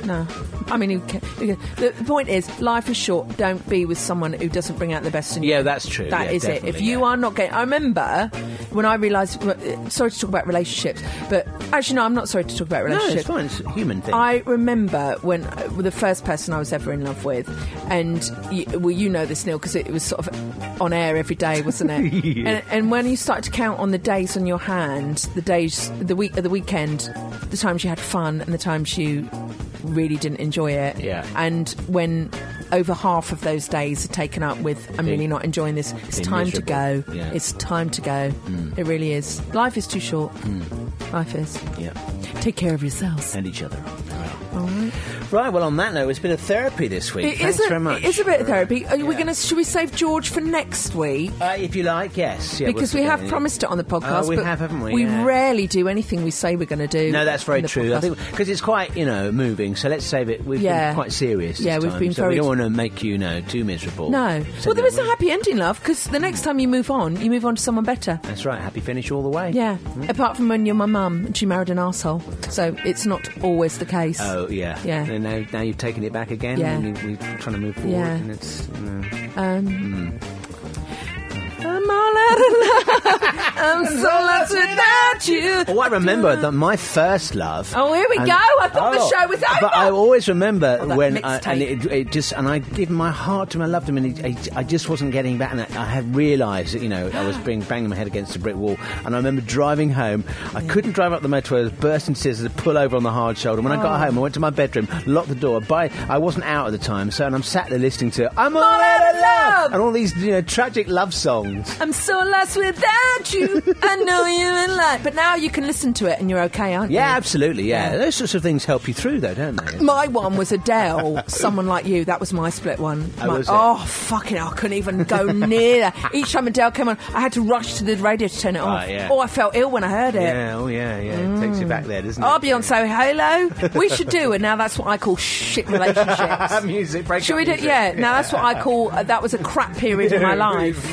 Speaker 3: No. I mean, who ca- who ca- The point is, life is short. Don't be with someone who doesn't bring out the best in you.
Speaker 4: Yeah, that's true.
Speaker 3: That
Speaker 4: Yeah,
Speaker 3: is it. If
Speaker 4: definitely,
Speaker 3: you are not gay, I remember when I realised. uh, Sorry to talk about relationships, but actually, no, I'm not sorry to talk about
Speaker 4: No,
Speaker 3: relationships.
Speaker 4: it's fine. It's a human thing.
Speaker 3: I remember when uh, the first person I was ever in love with, and y well, you know this, Neil, because it was sort of on air every day, wasn't it?
Speaker 24: Yeah.
Speaker 3: and, and when you start to count on the days on your hand, the days, the week, the weekend, the times you had fun and the times you really didn't enjoy it.
Speaker 24: Yeah.
Speaker 3: And when over half of those days are taken up with, I'm really not enjoying this. It's
Speaker 24: being
Speaker 3: time to
Speaker 24: miserable.
Speaker 3: go.
Speaker 24: Yeah. Mm.
Speaker 3: It's time to go. It really is. Life is too short. Life is.
Speaker 4: Yeah.
Speaker 3: Take care of yourselves.
Speaker 4: And each other.
Speaker 3: All right.
Speaker 4: Right. Well, on that note, it's been a therapy this week.
Speaker 3: It
Speaker 4: Thanks
Speaker 3: is a,
Speaker 4: very much.
Speaker 3: It is a bit of therapy. Are we
Speaker 4: Yeah.
Speaker 3: going to? Should we save George for next week?
Speaker 4: Uh, if you like, yes. Yeah, we'll
Speaker 3: because
Speaker 4: see
Speaker 3: we have
Speaker 4: then.
Speaker 3: promised it on the podcast.
Speaker 4: Oh, we
Speaker 3: but
Speaker 4: have, haven't we?
Speaker 3: We
Speaker 4: Yeah.
Speaker 3: rarely do anything we say we're going to do.
Speaker 4: No, that's very
Speaker 3: in the
Speaker 4: true. I
Speaker 3: podcast.
Speaker 4: think because it's quite you know moving. So let's save it. We've
Speaker 3: Yeah.
Speaker 4: been quite serious. this
Speaker 3: Yeah, we've
Speaker 4: time,
Speaker 3: been
Speaker 4: so
Speaker 3: very-
Speaker 4: We don't want to make you, you know too miserable.
Speaker 3: No.
Speaker 4: So
Speaker 3: Well, there is a happy ending, love, because the next time you move on, you move on to someone better.
Speaker 4: That's right. Happy finish all the way.
Speaker 3: Yeah.
Speaker 4: Mm-hmm.
Speaker 3: Apart from when you're my mum and she married an asshole, so it's not always the case.
Speaker 4: Oh yeah.
Speaker 3: Yeah.
Speaker 4: And now, now you've taken it back again.
Speaker 3: Yeah.
Speaker 4: And we- we're trying to move forward.
Speaker 3: Yeah.
Speaker 4: And it's. You know,
Speaker 3: Um,
Speaker 4: mm.
Speaker 3: I'm all out of love. I'm so lost without you.
Speaker 4: Oh, I remember that my first love.
Speaker 3: Oh, here we
Speaker 4: and-
Speaker 3: go. I thought the
Speaker 4: Oh,
Speaker 3: show was over. Oh,
Speaker 4: But I always remember
Speaker 3: that
Speaker 4: when, I, and
Speaker 3: mixtape.
Speaker 4: it, it just, and I gave my heart to him. I loved him, and he, he, I just wasn't getting back. And I, I had realised that you know I was being banging my head against a brick wall. And I remember driving home. I couldn't drive up the motorway. I was bursting scissors, pull over on the hard shoulder. When I got
Speaker 3: Oh.
Speaker 4: home, I went to my bedroom, locked the door. By I wasn't out at the time, so and I'm sat there listening to "I'm All Out of Love" and all these you know tragic love songs.
Speaker 3: I'm so lost without you. I know you're in life. But now you can listen to it and you're okay, aren't
Speaker 4: Yeah,
Speaker 3: you?
Speaker 4: absolutely. Yeah. those sorts of things help you through, though, don't they?
Speaker 3: My one was Adele, someone like you. That was my split one.
Speaker 4: Oh,
Speaker 3: My-
Speaker 4: was it?
Speaker 3: oh, fucking! I couldn't even go near. that. Each time Adele came on, I had to rush to the radio to turn it
Speaker 4: Right,
Speaker 3: off.
Speaker 4: yeah.
Speaker 3: Oh, I felt ill when I heard it.
Speaker 4: Yeah, oh yeah, yeah. It takes you back there, doesn't it?
Speaker 3: Oh, Beyonce, hello. We should do, and now that's what I call shit relationships.
Speaker 4: music break.
Speaker 3: Should we do? Yeah. Now that's what I call. Uh, that was a crap period in my life.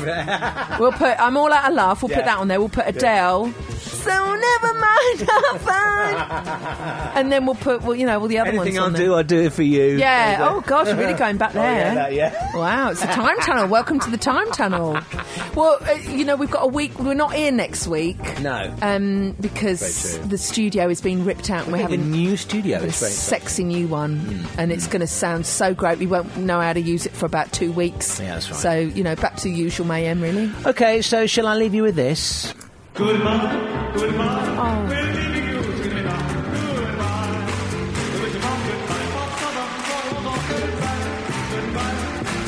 Speaker 3: We'll put. I'm all out of love. We'll
Speaker 24: Yeah.
Speaker 3: put that on there. We'll put
Speaker 24: Yeah.
Speaker 3: Adele. So never mind, I'll find. And then we'll put, well, you know, all the other
Speaker 4: Anything
Speaker 3: ones
Speaker 4: I'll
Speaker 3: on there.
Speaker 4: do, I'll do it for you.
Speaker 3: Yeah.
Speaker 4: There you
Speaker 3: Oh gosh, we're really going back
Speaker 4: Oh,
Speaker 3: there.
Speaker 4: yeah, that, yeah.
Speaker 3: Wow, it's a time tunnel. Welcome to the time tunnel. Well, uh, you know, we've got a week. We're not here next week.
Speaker 4: No.
Speaker 3: Um,
Speaker 4: Very
Speaker 3: because
Speaker 4: true.
Speaker 3: the studio is being ripped out, and we're
Speaker 4: We're
Speaker 3: having
Speaker 4: having a new studio. Hmm.
Speaker 3: a
Speaker 4: It's very
Speaker 3: sexy new one, and it's going to sound so great. We won't know how to use it for about two weeks.
Speaker 4: Yeah, that's right.
Speaker 3: So you know, back to the usual mayhem, really.
Speaker 4: Okay, so shall I leave you with this? Good
Speaker 3: Oh.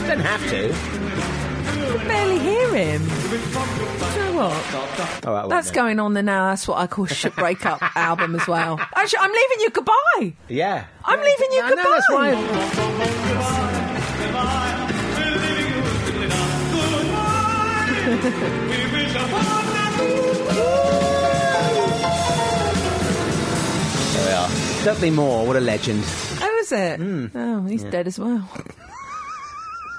Speaker 4: Don't have to.
Speaker 3: I can barely hear him. Do you know what?
Speaker 4: All right. well,
Speaker 3: That's
Speaker 4: then.
Speaker 3: going on there now. That's what I call shit breakup album as well. Actually, I'm leaving you goodbye.
Speaker 4: Yeah.
Speaker 3: I'm leaving you
Speaker 4: I know,
Speaker 3: goodbye.
Speaker 4: that's why- There we are. Dudley Moore, what a legend.
Speaker 3: How is it? Oh, he's
Speaker 4: Hmm. Yeah.
Speaker 3: dead as well.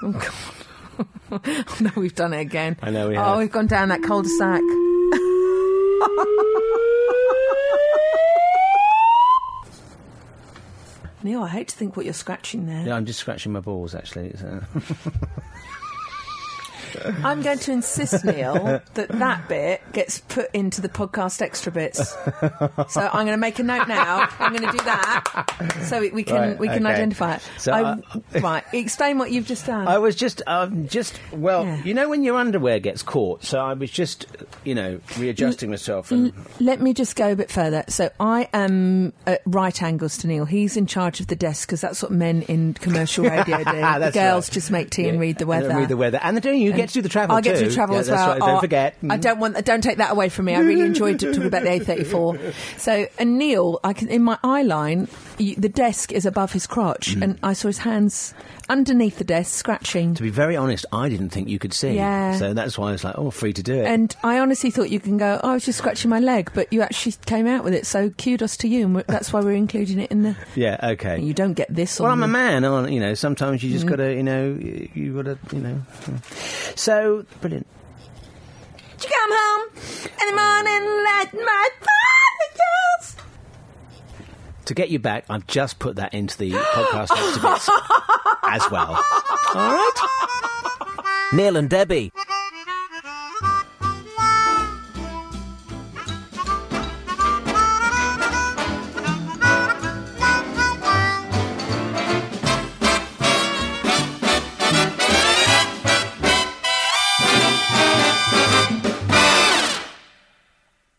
Speaker 3: oh, God. oh, no, we've done it again.
Speaker 4: I know we
Speaker 3: Oh,
Speaker 4: have.
Speaker 3: we've gone down that cul-de-sac. Neil, I hate to think what you're scratching there.
Speaker 4: Yeah, I'm just scratching my balls actually. so.
Speaker 3: I'm going to insist, Neil, that that bit gets put into the podcast extra bits. So I'm going to make a note now. I'm going to do that so we can
Speaker 4: Right,
Speaker 3: we can
Speaker 4: okay.
Speaker 3: identify it.
Speaker 4: So,
Speaker 3: I-
Speaker 4: uh,
Speaker 3: right, explain what you've just done.
Speaker 4: I was just, um, just well,
Speaker 3: Yeah.
Speaker 4: you know when your underwear gets caught. So I was just, you know,
Speaker 3: Mm.
Speaker 4: readjusting myself.
Speaker 3: L-
Speaker 4: And
Speaker 3: let me just go a bit further. So I am at right angles to Neil. He's in charge of the desk because that's what men in commercial radio do. the
Speaker 4: That's
Speaker 3: girls
Speaker 4: right.
Speaker 3: just make tea and
Speaker 4: Yeah,
Speaker 3: read the
Speaker 4: and then
Speaker 3: weather.
Speaker 4: read the weather, and then you
Speaker 3: And
Speaker 4: get to do the travel.
Speaker 3: I'll get
Speaker 4: too.
Speaker 3: to travel
Speaker 4: Yeah,
Speaker 3: as
Speaker 4: that's
Speaker 3: well.
Speaker 4: right, don't
Speaker 3: Oh,
Speaker 4: forget. Mm.
Speaker 3: I don't want. Don't take that away from me. I really enjoyed talking about the A34. So, and Neil, I can in my eye line, you, the desk is above his crotch,
Speaker 4: Mm.
Speaker 3: and I saw his hands underneath the desk scratching.
Speaker 4: To be very honest, I didn't think you could see.
Speaker 3: Yeah.
Speaker 4: So that's why I was like, oh, free to do it.
Speaker 3: And I honestly thought you can go. Oh, I was just scratching my leg, but you actually came out with it. So kudos to you, and we- that's why we're including it in the.
Speaker 4: yeah. Okay.
Speaker 3: You don't get this.
Speaker 4: Well,
Speaker 3: on
Speaker 4: I'm a
Speaker 3: the-
Speaker 4: man, aren't you know. Sometimes you just
Speaker 3: Mm.
Speaker 4: gotta, you know, y- you gotta, you know. So brilliant.
Speaker 3: Did you come home in the morning like my father does?
Speaker 4: To get you back, I've just put that into the podcast exhibits as well. All right.
Speaker 25: Neil and Debbie.